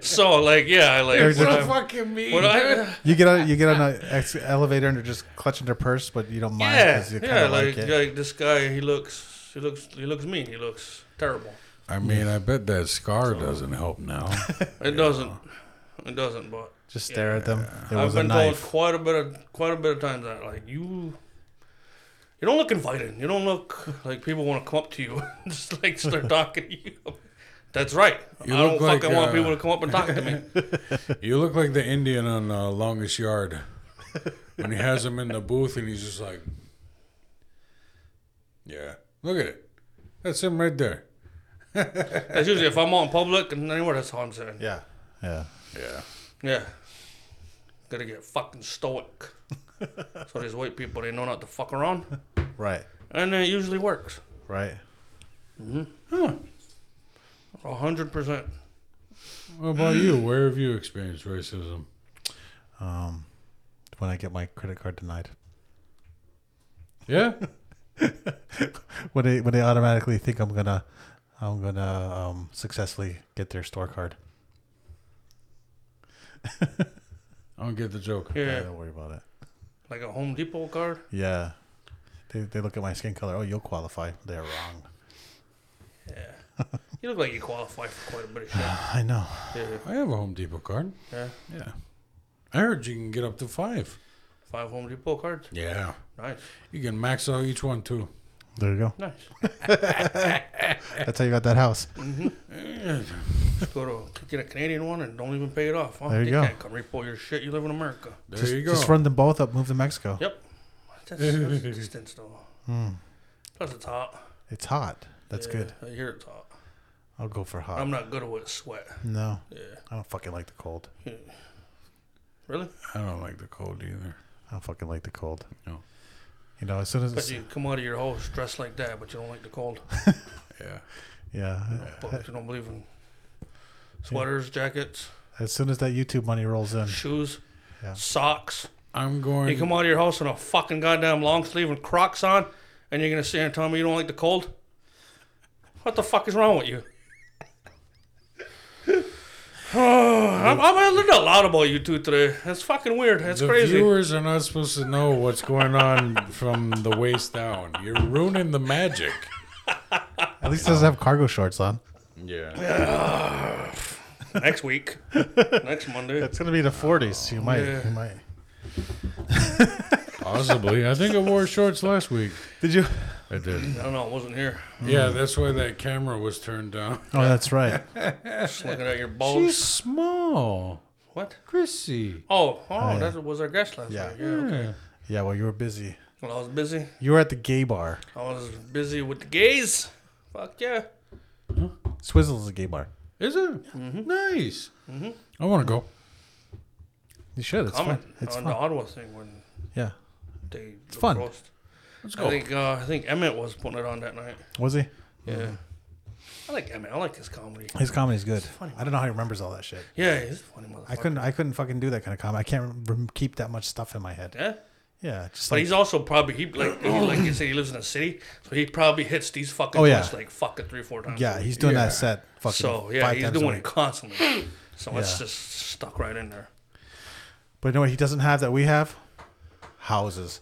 C: so like yeah I like
B: There's
C: when
A: What
B: a-
C: I,
A: the fucking mean?
C: when I-
B: you get on you get on an ex- elevator and they're just clutching their purse, but you don't mind
C: yeah
B: because you kind
C: yeah
B: of
C: like
B: like, it.
C: like this guy he looks he looks he looks mean he looks terrible.
A: I mean, I bet that scar doesn't help now.
C: It doesn't. It doesn't. But
B: Just stare at them. It
C: I've
B: was a
C: been told
B: knife.
C: quite a bit of quite a bit of times that like you, you don't look inviting. You don't look like people want to come up to you and just like start talking to you. That's right.
A: You
C: I
A: look
C: don't
A: like,
C: fucking want
A: uh,
C: people to come up and talk to me.
A: you look like the Indian on uh, Longest Yard when he has him in the booth and he's just like, yeah, look at it. That's him right there.
C: That's usually if I'm out in public and anywhere. That's how I'm saying.
B: Yeah. Yeah.
A: Yeah.
C: Yeah. Gotta get fucking stoic. so these white people, they know not to fuck around,
B: Right.
C: and it usually works.
B: Right.
C: A hundred percent.
A: What about you? Where have you experienced racism?
B: Um, when I get my credit card denied,
A: Yeah?
B: when they when they automatically think I'm gonna I'm gonna um, successfully get their store card.
A: I don't get the joke.
B: Yeah,
C: Yeah.
B: don't worry about it.
C: Like a Home Depot card.
B: Yeah. They, they look at my skin color. Oh, you'll qualify. They're wrong.
C: Yeah. you look like you qualify for quite a bit of shit.
B: I know.
C: Yeah.
A: I have a Home Depot card.
C: yeah.
A: Yeah. I heard you can get up to five.
C: Five Home Depot cards.
A: Yeah.
C: Nice.
A: You can max out each one too.
B: There you go.
C: Nice.
B: That's how you got that house.
C: Just go to get a Canadian one and don't even pay it off. Huh?
B: There you
C: they
B: go.
C: can't come repo your shit. You live in America.
A: There
B: just,
A: you go.
B: just run them both up. Move to Mexico.
C: Yep. That's, that's distance though. Plus it's hot.
B: It's hot. Hmm. That's
C: Yeah,
B: good.
C: I hear it's hot.
B: I'll go for hot.
C: I'm not good with sweat.
B: no,
C: Yeah.
B: I don't fucking like the cold.
C: Really?
A: I don't like the cold either.
B: I don't fucking like the cold.
A: No.
B: You know, as soon as
C: But
B: it's,
C: you come out of your house dressed like that, but you don't like the cold.
A: Yeah.
B: yeah,
C: But you don't believe in sweaters, jackets,
B: as soon as that YouTube money rolls in,
C: shoes,
B: Yeah.
C: socks.
A: I'm going.
C: You come out of your house in a fucking goddamn long sleeve and Crocs on, and you're gonna sit here and tell me you don't like the cold? What the fuck is wrong with you? I'm, I'm a little loud about you two today. It's fucking weird. It's
A: the
C: crazy.
A: viewers are not supposed to know what's going on from the waist down. You're ruining the magic.
B: at least it doesn't have cargo shorts on.
A: Yeah.
C: Next week, next Monday.
B: It's gonna be the 40s. You might,
C: Yeah.
B: you might.
A: Possibly. I think I wore shorts last week.
B: Did you?
A: I did.
C: I don't know. I wasn't here.
A: Yeah, that's why that camera was turned down.
B: Oh, that's right.
C: Just looking at your balls.
A: She's small.
C: What?
A: Chrissy.
C: Oh, oh, that was our guest last
B: Yeah.
C: night. Yeah. Okay.
B: Yeah, well, you were busy.
C: Well, I was busy.
B: You were at the gay bar.
C: I was busy with the gays. Fuck yeah.
B: Swizzles is a gay bar.
A: Is it?
C: Mm-hmm.
A: Nice. I want to go.
B: You should. It's
C: Comment
B: fun. It's
C: on
B: fun.
C: the Ottawa thing when
B: Yeah.
C: they it's
B: fun.
A: Let's
C: I
A: go.
C: think uh, I think Emmett was putting it on that night.
B: Was he?
C: Yeah. I like Emmett. I like his comedy.
B: His comedy's good. I don't know how he remembers all that shit.
C: Yeah, he's a funny motherfucker.
B: I couldn't. I couldn't fucking do that kind of comedy. I can't rem- keep that much stuff in my head.
C: Yeah.
B: Yeah, just
C: But
B: like
C: he's also probably he like he, like you said he lives in a city, so he probably hits these fucking
B: Oh, yeah.
C: joints, like fucking three four times.
B: yeah, he's doing
A: Yeah.
B: that set. Fucking
C: so yeah,
B: five
C: he's
B: times a
C: doing it
B: week.
C: constantly. So it's
B: Yeah.
C: just stuck right in there.
B: But you know what he doesn't have that we have? Houses.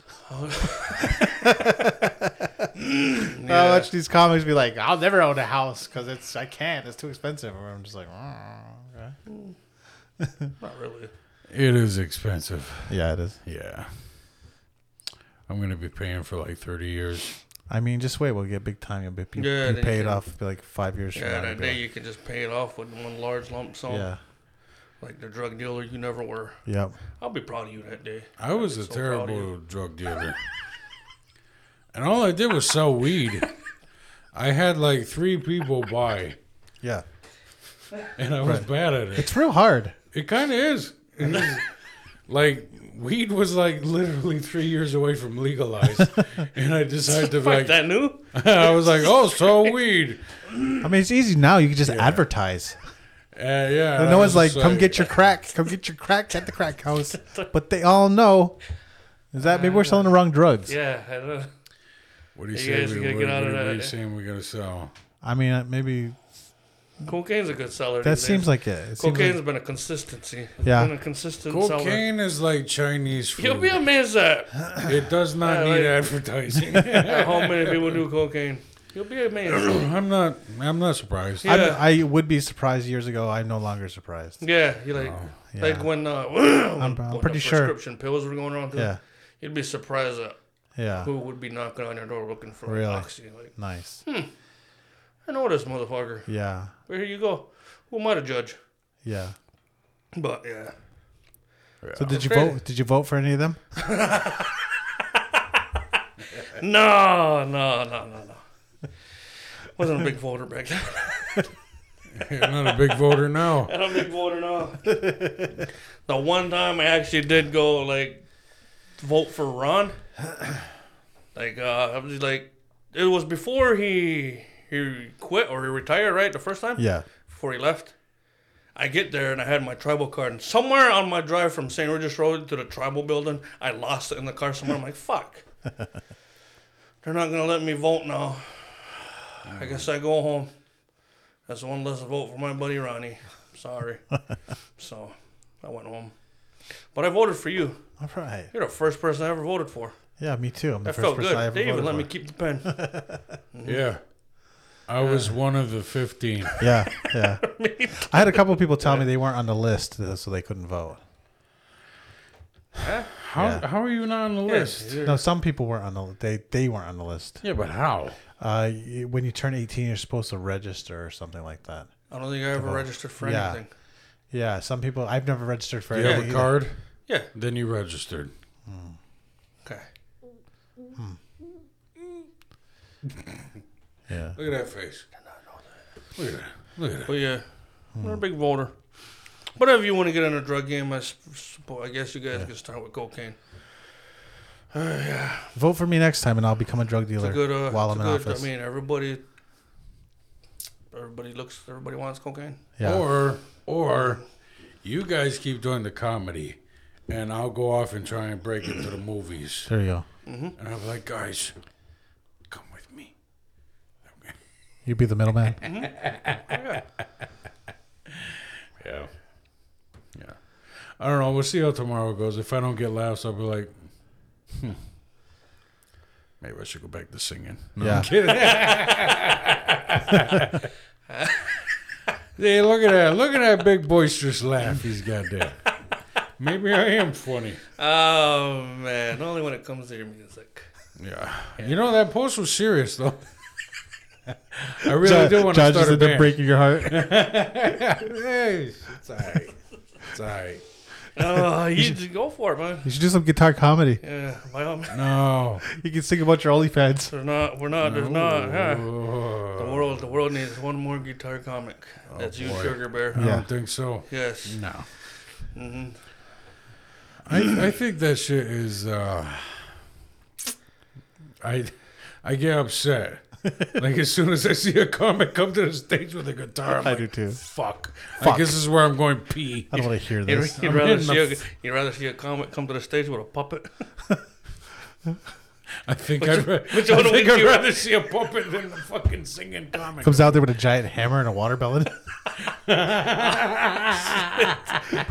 B: I watch these comics be like, I'll never own a house because it's I can't. It's too expensive. And I'm just like, "Oh, okay."
C: Not really.
A: It is expensive.
B: yeah, it is.
A: Yeah. I'm going to be paying for like 30 years.
B: I mean, just wait. We'll get big time. You'll be, you,
C: Yeah,
B: you
C: then
B: pay
C: you
B: it
C: can-
B: off. Be like five years.
C: Yeah,
B: from now, you'll
C: that
B: be
C: day
B: like,
C: you can just pay it off with one large lump sum,
B: yeah,
C: like the drug dealer you never were.
B: yep.
C: I'll be proud of you that day.
A: I was
C: be
A: a
C: so proud of
A: terrible drug dealer. and all I did was sell weed. I had like three people buy,
B: yeah.
A: and I was bad at it.
B: It's real hard.
A: It kind of is. It is. like, weed was like literally three years away from legalized. and I decided to,
C: Fuck
A: like,
C: that new.
A: I was like, oh, so weed.
B: I mean, it's easy now. You can just advertise.
A: Uh, yeah.
B: And
A: I
B: no
A: was
B: one's like,
A: just
B: come get your crack. Come get your crack at the crack house. But they all know. Is that maybe we're selling the wrong drugs?
C: Yeah, I don't know.
A: What do you,
C: You
A: say?
C: guys
A: we,
C: gotta
A: what,
C: get out
A: what
C: of
A: are
C: that,
A: you
C: yeah.
A: saying we're gonna sell?
B: I mean, uh, maybe
C: Cocaine's a good seller.
B: that
C: these
B: seems
C: days.
B: like it. it seems
C: Cocaine's
B: like,
C: been a consistency. It's
B: Yeah.
C: been a consistent seller.
A: Cocaine is like Chinese food.
C: You'll be amazed at
A: it does not
C: I
A: need
C: like-
A: advertising.
C: at how many people do cocaine. You'll be amazed.
A: I'm not. I'm not surprised.
C: Yeah.
B: I'm- I would be surprised years ago. I'm no longer surprised.
C: Yeah, you like
B: Oh, yeah.
C: like when uh, when
B: I'm
C: the
B: pretty sure.
C: prescription pills were going around. Too,
B: Yeah.
C: you'd be surprised at
B: Yeah.
C: who would be knocking on your door looking for
B: Really?
C: oxy. Like
B: Nice.
C: Hmm. I know this motherfucker.
B: Yeah.
C: Well, here you go. Who am I to judge?
B: Yeah.
C: But yeah,
B: So did you
C: Crazy.
B: vote? Did you vote for any of them?
C: no, no, no, no, no. Wasn't a big voter back then.
A: I'm not a big voter now.
C: I'm a big voter now. the one time I actually did go like vote for Ron, like uh, I was just like, it was before he he quit or he retired, right? The first time,
B: Yeah.
C: before he left. I get there and I had my tribal card, and somewhere on my drive from St. Regis Road to the tribal building, I lost it in the car somewhere. I'm like, fuck. They're not gonna let me vote now. I guess I go home. That's one less vote for my buddy Ronnie. Sorry. so I went home. But I voted for you.
B: All right.
C: You're the first person I ever voted for.
B: Yeah, me too. I'm the
C: That
B: first
C: felt
B: person
C: good.
B: I ever
C: They even
B: voted
C: let me
B: for.
C: keep the pen.
A: Yeah, I was one of the 15.
B: Yeah, yeah. I had a couple people tell me they weren't on the list, uh, so they couldn't vote.
A: How
B: Yeah.
A: how are you not on the list?
B: No, some people weren't on the li- they they weren't on the list.
A: Yeah, but how?
B: Uh, y- when you turn 18, you're supposed to register or something like that.
C: I don't think I ever registered for
B: Yeah.
C: anything.
B: Yeah, some people I've never registered for
A: You have
B: anything
A: a
B: either.
A: card,
C: Yeah.
A: then you registered.
C: Okay.
B: Yeah,
A: Look at that face. Look at that. Look at that.
C: But yeah, I'm a big voter. Whatever you want to get in a drug game, I, sup- suppo- I guess you guys can start with cocaine.
B: vote for me next time, and I'll become a drug
C: It's
B: dealer
C: a good. Uh,
B: while
C: it's
B: I'm
C: a
B: in
C: good,
B: office.
C: I mean, everybody. Everybody looks. Everybody wants cocaine.
B: yeah,
A: Or or you guys keep doing the comedy, and I'll go off and try and break into the movies.
B: there you go.
A: And I'm like, guys, come with me.
B: You be the middleman.
A: Yeah. Yeah. I don't know. We'll see how tomorrow goes. If I don't get laughs, I'll be like, hmm. Maybe I should go back to singing. No,
B: Yeah.
A: I'm kidding. yeah, look at that. Look at that big boisterous laugh he's got there. Maybe I am funny.
C: Oh man! Only when it comes to your music.
A: Yeah. You know, that post was serious, though. I really
B: John-
A: do want to
B: John
A: start
B: just
A: a
B: ended up
A: band.
B: breaking your heart.
A: Hey, it's all right. It's all right.
C: Oh, you just go for it, man.
B: you should do some guitar comedy.
C: Yeah, by all means.
A: No.
B: You can sing about your OnlyFans.
C: There's not. We're not. There's not. huh? The
A: Oh,
C: world. The world needs one more guitar comic. That's you,
A: boy.
C: Sugar Bear.
A: I
B: Oh, Yeah. Mm.
A: don't think so.
C: Yes.
A: No.
C: hmm
A: I, I think that shit is. Uh, I I get upset. like as soon as I see a comic come to the stage with a guitar, I'm
B: I
A: like,
B: do too.
A: Fuck.
B: Fuck.
A: I guess this is where I'm going pee.
B: I don't want to hear
C: You'd,
B: this.
C: you'd
A: I'm
C: rather
A: hitting the
C: see a, you'd rather see a comic come to the stage with a puppet.
A: I think I'd, ra-
C: which one
A: I think
C: would
A: I'd
C: you-
A: rather see a puppet than a fucking singing comic.
B: Comes out there with a giant hammer and a water balloon.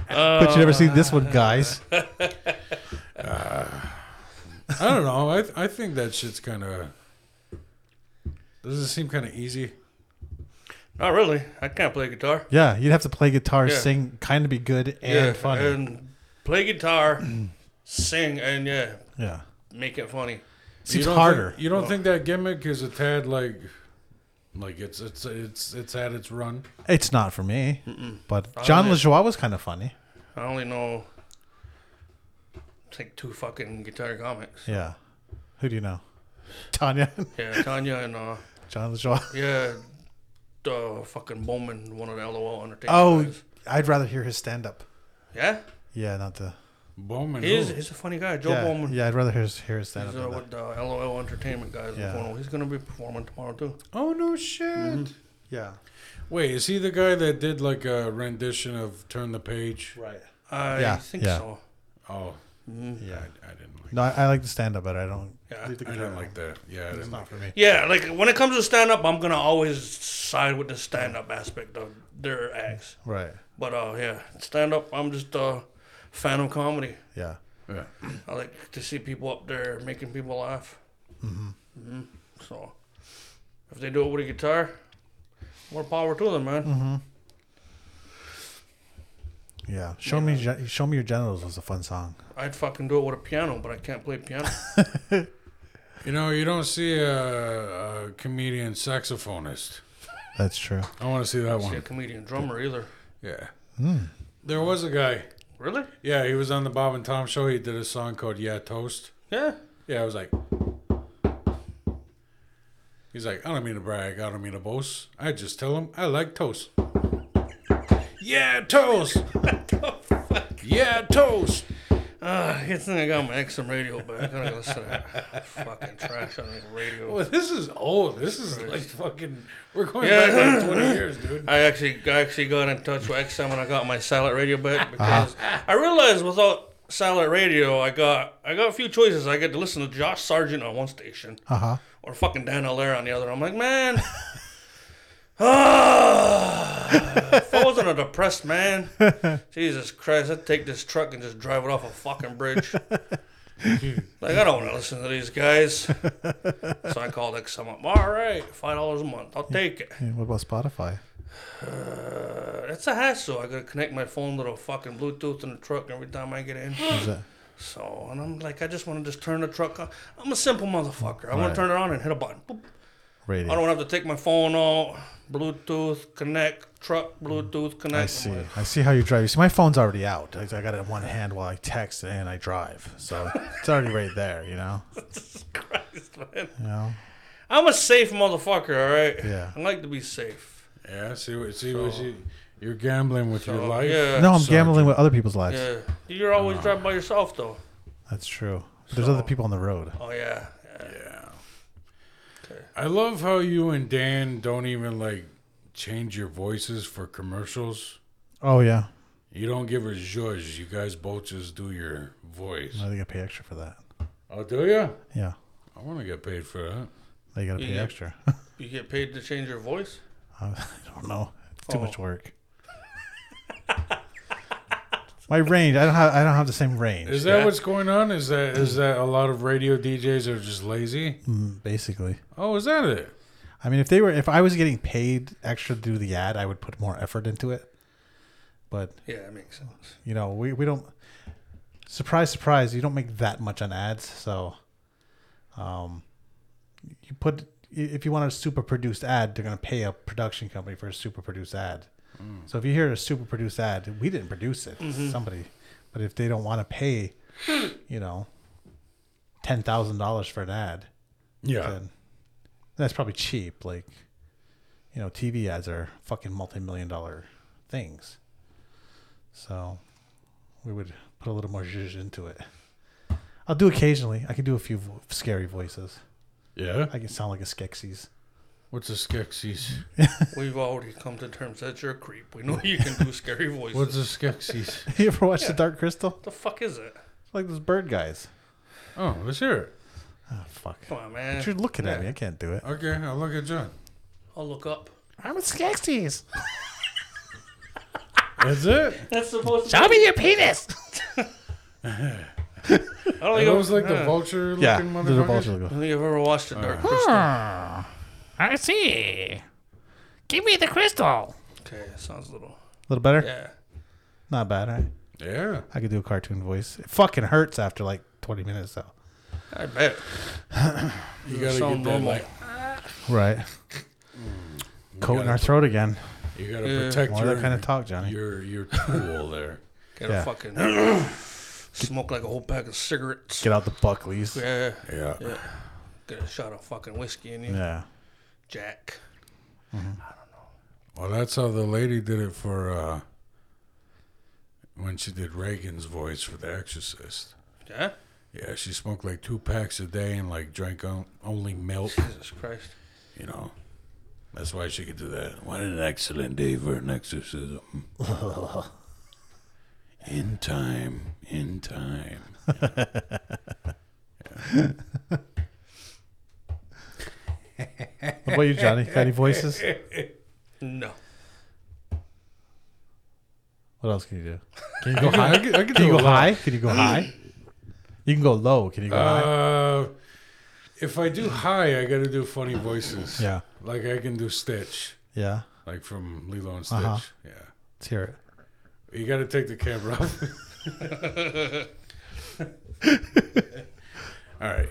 B: but you never seen this one, guys.
A: I don't know. I I think that shit's kind of. Does it seem kind of easy?
C: Not really. I can't play guitar.
B: Yeah, you'd have to play guitar,
C: Yeah.
B: sing, kind of be good and
C: yeah,
B: funny.
C: and play guitar, sing, and yeah,
B: yeah,
C: make it funny.
A: you
B: seems
A: don't
B: harder.
A: Think, you don't think that gimmick is a tad like, like it's it's it's it's at its run.
B: it's not for me. But John LeJoie was kind of funny.
C: I only know it's like two fucking guitar comics.
B: Yeah, who do you know? Tanya,
C: Yeah, Tanya and uh,
B: John LeJoie.
C: yeah, the fucking Bowman, one of the LOL Entertainment.
B: Oh,
C: guys.
B: I'd rather hear his stand up.
C: yeah,
B: Yeah, not the.
A: Bowman.
C: he's
A: who?
C: he's a funny guy, Joe
B: Yeah,
C: Bowman.
B: yeah, I'd rather hear his, hear his stand
C: He's uh,
B: up.
C: with the LOL Entertainment guys.
B: Yeah.
C: performing. He's gonna be performing tomorrow too.
A: Oh no shit!
B: Yeah,
A: Mm-hmm. Wait, is he the guy that did like a rendition of "Turn the Page"?
B: right.
C: I
B: Yeah,
C: think
B: yeah.
C: so.
A: Oh,
B: Yeah.
A: I, I didn't like.
B: No, I, I like the stand up better. I don't.
C: Yeah.
B: leave the
A: I
B: guitar
A: didn't like that. Yeah, I
B: It's
A: didn't like
B: not for me.
C: Yeah, like when it comes to stand up, I'm gonna always side with the stand up aspect of their acts.
B: Right.
C: But uh, yeah, stand up, I'm just a fan of comedy.
B: Yeah.
A: Yeah.
C: I like to see people up there making people laugh. Mm-hmm. So if they do it with a guitar, more power to them, man.
A: Mm-hmm.
B: Yeah. Show me me show me your genitals was a fun song.
C: I'd fucking do it with a piano, but I can't play piano.
A: You know, you don't see a, a comedian saxophonist.
B: That's true.
A: I want to see that
C: I see a
A: one.
C: comedian drummer either.
A: Yeah.
B: Hmm.
A: There was a guy.
C: Really?
A: Yeah, he was on the Bob and Tom show. He did a song called "Yeah Toast."
C: Yeah.
A: Yeah, I was like, he's like, I don't mean to brag, I don't mean to boast. I just tell him I like toast. Yeah, toast. yeah, toast.
C: Uh, good thing I got my XM radio back. I'm not gonna listen to that fucking trash on the radio.
A: Well, this is old. This is like fucking. We're going
C: Yeah.
A: back like 20 years, dude.
C: I actually, I actually got in touch with XM and I got my satellite radio back because I realized without satellite radio, I got I got a few choices. I get to listen to Josh Sargent on one station
B: Uh huh.
C: or fucking Dan Allaire on the other. I'm like, man, ah, if I wasn't a depressed man, Jesus Christ, I'd take this truck and just drive it off a fucking bridge. like I don't want to listen to these guys, so I called XM up. All right, five dollars a month, I'll take it.
B: what about Spotify?
C: Uh, It's a hassle. I gotta connect my phone to the fucking Bluetooth in the truck every time I get in.
B: Is that-
C: So, and I'm like, I just want to just turn the truck on. I'm a simple motherfucker. I want
B: Right.
C: to turn it on and hit a button. Boop. I
B: radio.
C: don't want to have to take my phone out. Bluetooth connect truck. Bluetooth connect.
B: I see. I see how you drive. You see, my phone's already out. I, I got it in one hand while I text and I drive, so it's already right there. You know.
C: Jesus Christ, man.
B: You know.
C: I'm a safe motherfucker. All right.
B: Yeah.
C: I like to be safe.
A: Yeah, see what, see what you, you're gambling with your
C: So,
A: life.
C: Yeah.
B: No, I'm
A: Sorry,
B: gambling with other people's lives.
C: Yeah. You're always driving by yourself though.
B: That's true. But there's other people on the road.
C: Oh yeah. yeah.
A: Yeah.
C: Okay.
A: I love how you and Dan don't even like change your voices for commercials.
B: Oh yeah.
A: You don't give a zhuzh. You guys both just do your voice.
B: No, they got to pay extra for that.
A: Oh, do ya?
B: Yeah.
A: I want to get paid for that.
B: They got to pay
C: Yeah.
B: extra.
C: You get paid to change your voice.
B: I don't know. It's too
C: Oh.
B: much work. My range. I don't have. I don't have the same range.
A: Is that
C: Yeah.
A: what's going on? Is that is that a lot of radio DJs are just lazy?
B: Mm, basically.
A: Oh, is that it?
B: I mean, if they were, if I was getting paid extra to do the ad, I would put more effort into it. But
C: Yeah, it makes sense.
B: you know, we we don't. Surprise, surprise! You don't make that much on ads, so. Um, you put if you want a super produced ad, they're gonna pay a production company for a super produced ad. So if you hear a super produced ad, we didn't produce it, somebody. But if they don't want to pay, you know, ten thousand dollars for an ad,
A: Yeah.
B: then that's probably cheap. Like, you know, TV ads are fucking multi-million dollar things. So we would put a little more zhuzh into it. I'll do occasionally. I can do a few vo- scary voices.
A: Yeah.
B: I can sound like a Skeksis.
A: What's a Skeksis?
C: We've already come to terms that you're a creep. We know you can do scary voices.
A: What's
C: What
A: a Skeksis?
B: you ever watch
C: Yeah.
B: The Dark Crystal?
C: the fuck is it?
B: Like those bird guys.
A: Oh, let's hear it.
B: Oh, fuck.
C: Come on, man.
B: You're looking at me. I can't do it.
A: Okay, I'll look at John.
C: I'll look up.
B: I'm at Skeksis.
A: Is it?
C: That's supposed to.
B: Show me your penis.
C: I don't
A: Are
C: think,
A: those
C: I've,
A: like the vulture looking
B: Yeah. There's a
A: motherfuckers?
B: vulture
C: I
B: logo.
C: don't think I've ever watched it. Dark Crystal.
B: I see. Give me the crystal.
C: Okay, sounds a little.
B: A little better?
C: Yeah.
B: Not bad, right?
A: Yeah.
B: I could do a cartoon voice. It fucking hurts after like 20 minutes, though.
C: I bet.
A: You gotta
C: Sound
A: get that
C: normal.
A: like
B: Right.
C: Mm.
B: Coat in
A: gotta
B: our
A: put-
B: throat again.
A: you gotta
C: Yeah.
A: protect
B: More of
A: your,
B: that kind of talk, Johnny.
A: your your tool there.
C: Gotta
B: Yeah.
C: fucking smoke like a whole pack of cigarettes.
B: Get out the Buckleys.
C: Yeah.
A: Yeah.
C: Yeah. Get a shot of fucking whiskey in you.
B: Yeah.
C: Jack.
A: Well that's how the lady did it for uh when she did Reagan's voice for The Exorcist.
C: Yeah?
A: Yeah, she smoked like two packs a day and like drank on, only milk.
C: Jesus Christ.
A: You know, that's why she could do that. What an excellent day for an exorcism. in time, in time.
B: What about you, Johnny? Got any voices?
C: No.
B: What else can you do? Can you go
A: I
B: high?
A: could, I could
B: Can
A: do
B: you
A: a
B: go
A: lot.
B: high? Can you go high? You can go low. Can you go high?
A: Uh, if I do high, I got to do funny voices.
B: Yeah.
A: Like I can do Stitch,
B: Yeah.
A: like from Lilo and Stitch.
B: Uh-huh.
A: Yeah.
B: Let's hear it.
A: You got to take the camera off. All right.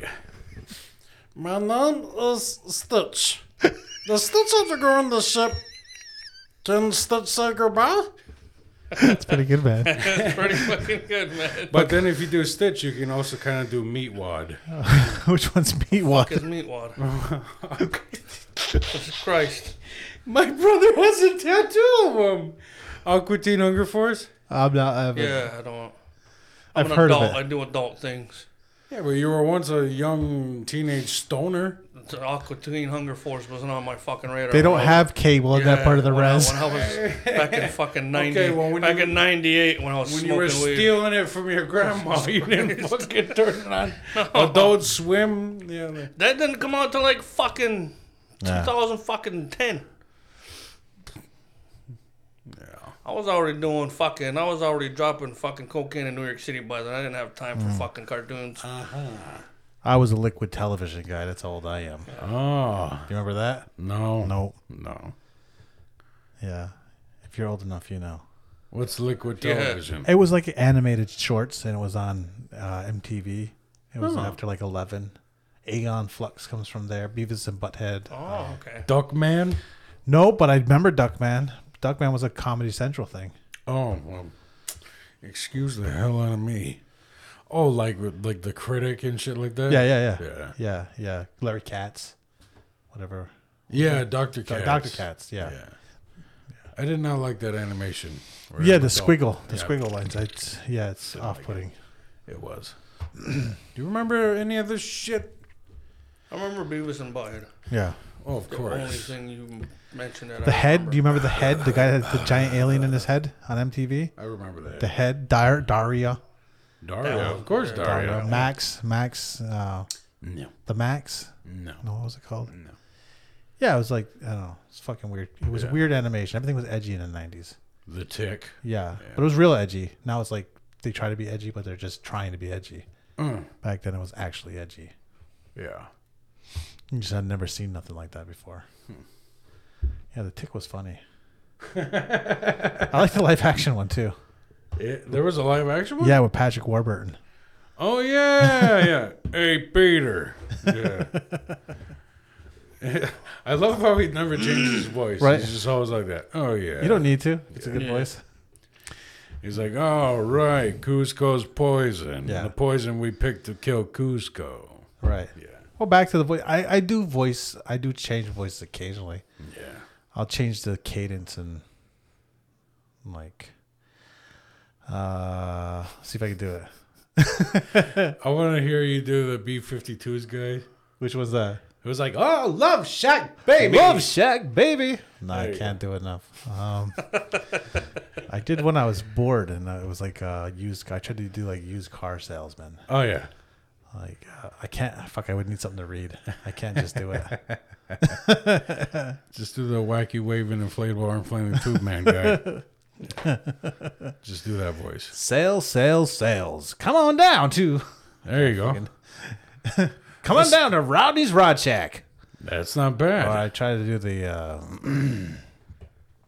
D: My name is Stitch. The Stitch had to go on the ship. Can Stitch say goodbye?
B: It's pretty good, man.
C: That's pretty fucking good, man.
A: But then if you do Stitch, you can also kind of do Meat Wad.
B: Which one's meat walk?
C: His meat water. Jesus Christ.
A: My brother has a tattoo of him. Aqua Teen Hunger Force?
B: I'm not. I've,
C: Yeah, I don't.
B: I've
C: I'm an
B: heard
C: adult.
B: of
C: I
B: it.
C: do adult things.
A: Yeah, but you were once a young teenage stoner.
C: The Aqua Teen Hunger Force wasn't on my fucking radar.
B: They don't
C: When I was-
B: have cable in that
C: Yeah,
B: part of the
C: when I-
B: res.
C: When I was back in fucking 90,
A: Okay, well, when
C: back
A: you-
C: in 98 when I was
A: When
C: smoking
A: you were
C: weed.
A: stealing it from your grandma, you didn't fucking turn it on. Adult Swim. Yeah, like-
C: That didn't come out till like fucking
B: Yeah.
C: 2000 fucking 10. I was already doing fucking. I was already dropping fucking cocaine in New York City by then. I didn't have time
B: Hmm.
C: for fucking cartoons.
A: Ah.
B: I was a liquid television guy. That's how old I am. Do
A: Oh,
B: you remember that?
A: no.
B: No.
A: No.
B: Yeah. If you're old enough, you know.
A: What's liquid
C: Yeah.
A: television?
B: It was like animated shorts, and it was on uh, MTV. It was after like eleven. Aegon Flux comes from there. Beavis and Butthead.
C: oh, okay.
A: Duckman?
B: No, but I remember Duckman. Duckman was a Comedy Central thing.
A: Oh, well, excuse the hell out of me. Oh, like with- like the critic and shit like that?
B: Yeah, yeah, yeah,
A: Yeah.
B: yeah, yeah, Larry Katz, whatever.
A: Yeah, Dr. Katz.
B: Doctor Katz. Yeah, yeah.
A: Yeah. I did not like that animation. where it
B: the
A: was all-
B: squiggle, the
A: Yeah, Oh
B: squiggle lines. It's yeah, it's off-putting.
A: It was. Do you remember any of this shit?
C: I remember Beavis and Butthead.
B: Yeah.
A: Oh, of
C: Only
A: course.
C: thing you mentioned that
B: The
C: I
B: head.
C: remember.
B: Do you remember the head? The guy that had the giant alien in his head on MTV.
A: I remember that.
B: The head. Dar- Daria.
A: Dario.
C: That was-
A: of course, Dario.
B: Daria. Max. Max. Uh,
A: No,
B: the Max.
A: no.
B: No, what was it called?
A: No.
B: Yeah, it was like I don't know. It's fucking weird. It was
A: Yeah.
B: weird animation. Everything was edgy in the nineties.
A: The tick.
B: Yeah, but it was real edgy. Now it's like they try to be edgy, but they're just trying to be edgy.
A: Mm.
B: Back then, it was actually edgy.
A: Yeah.
B: You just had never seen nothing like that before. Yeah, the tick was funny. I like the live action one too.
A: It- there was a live action one?
B: Yeah, with Patrick Warburton.
A: Oh, yeah, yeah. hey, Peter. Yeah. I love how he never changes his voice.
B: Right.
A: He's just always like that. Oh, yeah.
B: You don't need to. It's a good
C: Yeah.
B: voice.
A: He's like, all right, Cusco's poison.
B: Yeah.
A: The poison we picked to kill Cusco.
B: Right.
A: Yeah.
B: Well, back to the voice. I, I do voice. I do change voices occasionally.
A: Yeah.
B: I'll change the cadence and like uh see if I can do it.
A: I want to hear you do the B 52s guy.
B: Which was that?
A: It was like, oh, love shack, baby.
B: Love Shack, baby. No,
A: There
B: I
A: you
B: can't do it enough. Um I did when I was bored and uh, it was like uh used I tried to do like used car salesman.
A: Oh, yeah.
B: Like uh, I can't. Fuck, I would need something to read. I can't just do it.
A: Just do the wacky waving inflatable arm flaming tube man guy. Just do that voice.
B: sales, sales, sales. Come on down to.
A: There you go.
B: Come on down to Rodney's Rod Shack.
A: That's not bad.
B: Or I try to do the. Uh,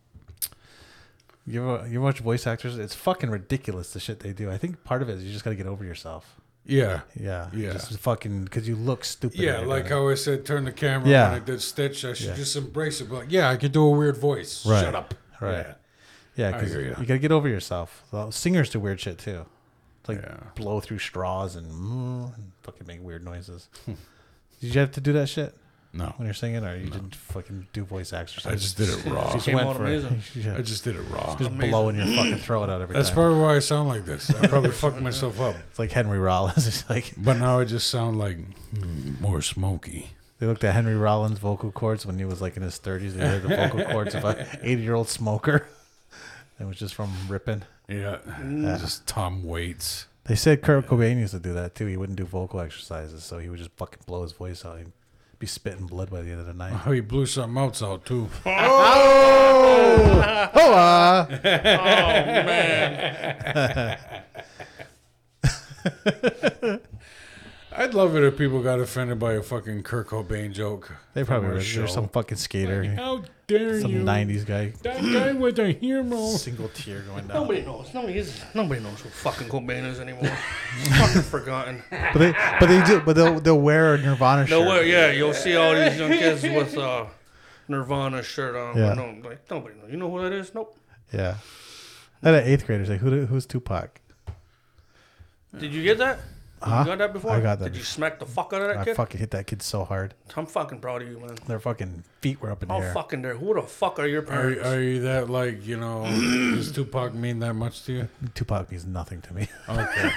B: you ever, you ever watch voice actors? It's fucking ridiculous the shit they do. I think part of it is you just got to get over yourself.
A: Yeah.
B: Yeah.
A: Yeah.
B: Just fucking because you look stupid.
A: Yeah,
B: right
A: like
B: now.
A: how I said, turn the camera
B: Yeah.
A: when I did Stitch. I should
B: Yeah.
A: just embrace it. But like, yeah, I can do a weird voice.
B: Right.
A: Shut up.
B: Right.
A: Yeah.
B: Yeah,
A: I
B: because
A: hear
B: you,
A: ya.
B: got to get over yourself. Well, singers do weird shit too. It's like
A: Yeah.
B: blow through straws and, mm, and fucking make weird noises. Did you have to do that shit
A: No,
B: when you're singing, or you didn't fucking do voice exercises?
A: I just did it raw.
B: Just
C: Came
B: went
C: out
B: for it.
C: amazing.
B: Yeah.
A: I just did it raw.
B: Just blowing your fucking throat out every
A: That's
B: time.
A: probably why I sound like this. I probably fucked myself up.
B: it's like Henry Rollins. It's like
A: But now I just sound like mm, more smoky.
B: they looked at Henry Rollins' vocal cords when he was like in his 30s. They heard the vocal cords of an 80 year old smoker. It was just from ripping.
A: Yeah. Just Tom Waits.
B: They said Kurt Cobain used to do that too. He wouldn't do vocal exercises, so he would just fucking blow his voice out. He'd be spitting blood by the end of the night.
A: Oh, he blew something else out too.
B: Oh, uh,
A: I'd love it if people got offended by a fucking Kurt Cobain joke.
B: they probably
A: from our
B: were. There's some fucking skater,
A: How dare
B: some
A: you?
B: '90s guy,
A: That guy was a hero.
B: single tear going down.
C: Nobody knows. Nobody is. Nobody knows who fucking Cobain is anymore. fucking forgotten.
B: But they, but they do. But they'll they'll wear a Nirvana shirt.
C: No way. Yeah, you'll see all these young kids with uh, Nirvana shirt on.
B: Yeah.
C: Yeah. No, like nobody knows. You know who that is? Nope.
B: Yeah. Then an eighth grader's like, Who, who's Tupac?
C: Did you get that?
B: Huh?
C: You got that before?
B: I got that
C: Did you
B: before.
C: smack the fuck out of that
B: I
C: kid?
B: fucking hit that kid so hard.
C: I'm fucking proud of you, man.
B: Their fucking feet were up in the
C: How
B: air.
C: fucking dare? Who the Oh, fuck are your
A: Are,
C: parents?
A: are you that like, you know, does Tupac mean that much to you?
B: Tupac means nothing to me.
A: Okay.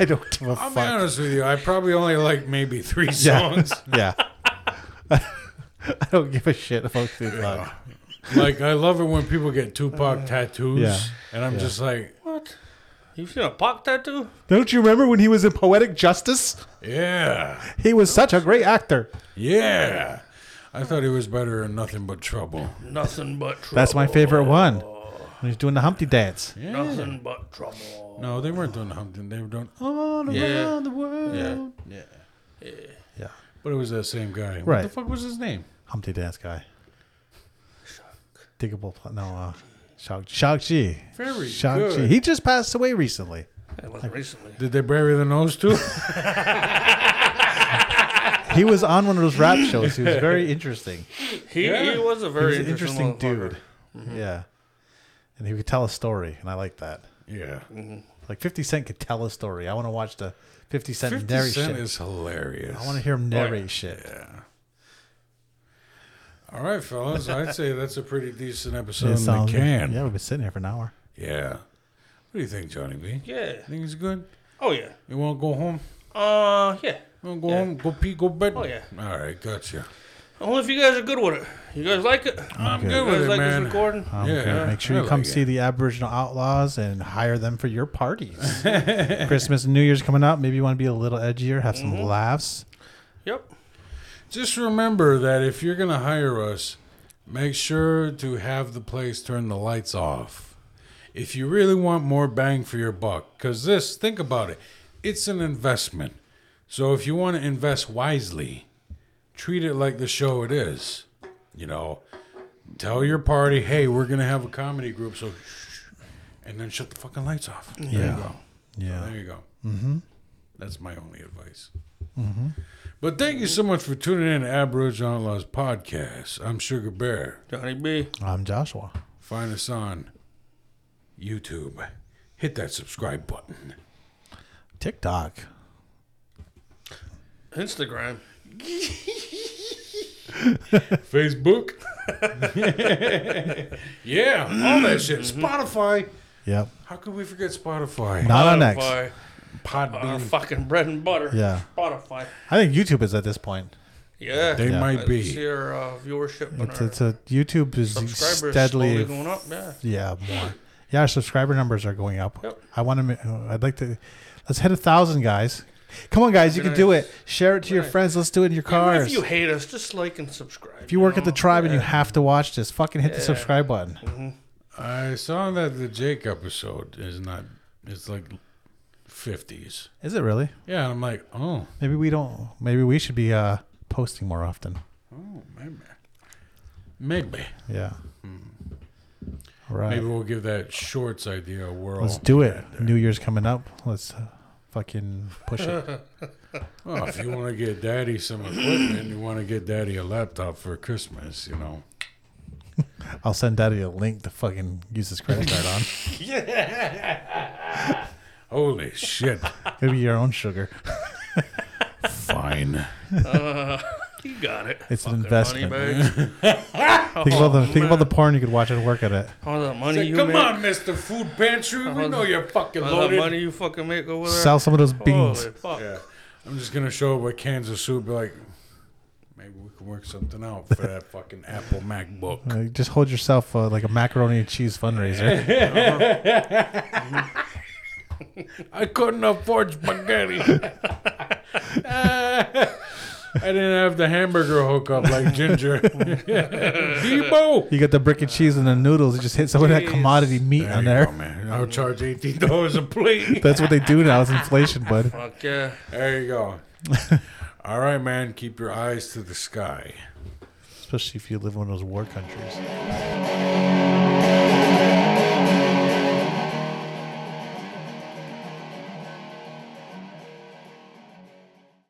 B: I don't give a
C: Oh,
A: I'll be
B: fuck.
A: honest with you. I probably only like maybe three
B: Yeah.
A: songs.
B: yeah. I don't give a shit about Tupac.
A: like, I love it when people get Tupac tattoos.
B: Uh, Yeah.
A: And I'm just like,
C: what? You seen a Pac tattoo?
B: Don't you remember when he was in Poetic Justice?
A: yeah,
B: He was such a great actor.
A: yeah. I thought he was better in Nothing But Trouble.
C: Nothing but trouble.
B: That's my favorite one. When he's doing the Humpty dance.
C: Nothing but trouble.
A: No, they weren't doing Humpton. They were doing
B: All around
C: Yeah.
B: the world.
C: Yeah.
B: Yeah.
A: But it was that same guy. What the
B: Right.
A: fuck was his name?
B: Humpty dance guy. Diggable. pl- No, uh, Shang Shang-Chi.
A: Very
B: Shang-Chi.
A: good.
B: He just passed away recently.
C: It wasn't recently.
A: Did they bury the nose too?
B: He was on one of those rap shows. He was very interesting.
C: He,
A: Yeah.
C: he was a
B: He
C: very
B: was an
C: interesting, Mm-hmm.
B: interesting dude.
C: motherfucker.
B: Yeah. And he could tell a story, and I like that.
A: yeah.
B: Like 50 Cent could tell a story. I want to watch the 50 Cent
A: 50
B: narrate
A: Cent
B: shit.
A: is hilarious.
B: I want to hear him narrate shit.
A: All right, fellas. I'd say that's a pretty decent
B: It
A: episode in the
B: sounds-
A: can.
B: Yeah, we've been sitting here for an hour.
A: Yeah. What do you think, Johnny B?
C: Yeah.
A: Think it's good?
C: Oh yeah.
A: You want to go home?
C: Uh yeah.
A: You want to go
C: Yeah.
A: home? Go pee, go bed?
C: Oh, yeah.
A: All right, gotcha.
C: Only if you guys are good with it. You guys like it?
A: I'm
B: Okay.
A: good
C: You guys
A: with it,
C: like
A: man.
C: this recording?
B: Um,
A: Yeah,
B: okay, Make sure
A: I
B: you come
A: like
B: see
A: it.
B: the Aboriginal Outlaws and hire them for your parties. Christmas and New Year's coming up. Maybe you want to be a little edgier, have some
A: Mm-hmm.
B: laughs.
C: Yep.
A: Just remember that if you're going to hire us, make sure to have the place turn the lights off. If you really want more bang for your buck, because this, think about it, it's an investment. So if you want to invest wisely, treat it like the show it is. You know, tell your party, hey, we're going to have a comedy group, so shh, and then shut the fucking lights off. There you
B: Yeah.
A: go.
B: Yeah.
A: There you go. Mm-hmm. That's my only advice. But thank you so much for tuning in to Aboriginal Outlaws podcast. I'm Sugar Bear.
C: Johnny B.
B: I'm Joshua.
A: Find us on YouTube. Hit that subscribe button.
B: TikTok.
C: Instagram.
A: Facebook. yeah, all that shit. Spotify.
B: Yep.
A: How could we forget Spotify?
B: Not on X.
C: Spotify. Our
A: Podbean.
C: fucking bread and butter.
B: Yeah.
C: Spotify.
B: I think YouTube is at this point.
C: Yeah.
A: They
B: Yeah.
A: might
C: Let's
A: be.
C: see our uh, viewership and
B: It's,
C: our
B: it's a YouTube is
C: subscribers
B: steadily
C: slowly going up. Yeah.
B: Yeah, more. Yeah, our subscriber numbers are going up.
C: Yep.
B: I want to. I'd like to. Let's hit a thousand, guys. Come on, guys, you
C: Good
B: can do
C: night.
B: it. Share it to your
C: night.
B: friends. Let's do it in your
C: Even
B: cars.
C: if you hate us, just like and subscribe.
B: If you work at the
C: know?
B: tribe and you have to watch this, fucking hit the subscribe button.
A: I saw that the Jake episode is not. It's like fifties.
B: Is it really?
A: Yeah, and I'm like, oh,
B: Maybe we don't. Maybe we should be uh, posting more often.
A: oh, maybe, maybe,
B: Yeah.
C: Hmm.
B: All right.
A: maybe we'll give that shorts idea a whirl.
B: Let's do it. New Year's coming up. Let's uh, fucking push it.
A: Oh, if you want to get daddy some equipment, you want to get daddy a laptop for Christmas, you know.
B: I'll send Daddy a link to fucking use his credit card on.
A: Holy shit.
B: Maybe your own sugar.
A: Fine.
C: You got it.
B: It's an
C: Fucking
B: investment.
C: Money, bags.
B: Think about the think about the porn you could watch and work at it.
C: All that money
A: Say,
C: you
A: come
C: make.
A: on, Mr. Food Pantry. We
C: Hold
A: know
C: on.
A: you're fucking
C: All that
A: loaded.
C: money you fucking make over there.
B: Sell some of those beans.
C: Uh, Holy fuck.
A: Yeah. I'm just going to show up with cans of soup, be like, maybe we can work something out for that fucking Apple MacBook.
B: Uh, Just hold yourself uh, like a macaroni and cheese fundraiser.
A: I couldn't afford spaghetti. I didn't have the hamburger hookup like Ginger. Debo!
B: You get the brick and cheese and the noodles. You just hit some of that commodity meat
A: There
B: on
A: you
B: there.
A: go, man. I'll charge $18 a plate.
B: That's what they do now. It's inflation, bud.
C: Fuck yeah.
A: There you go. All right, man. Keep your eyes to the sky.
B: Especially if you live in one of those war countries.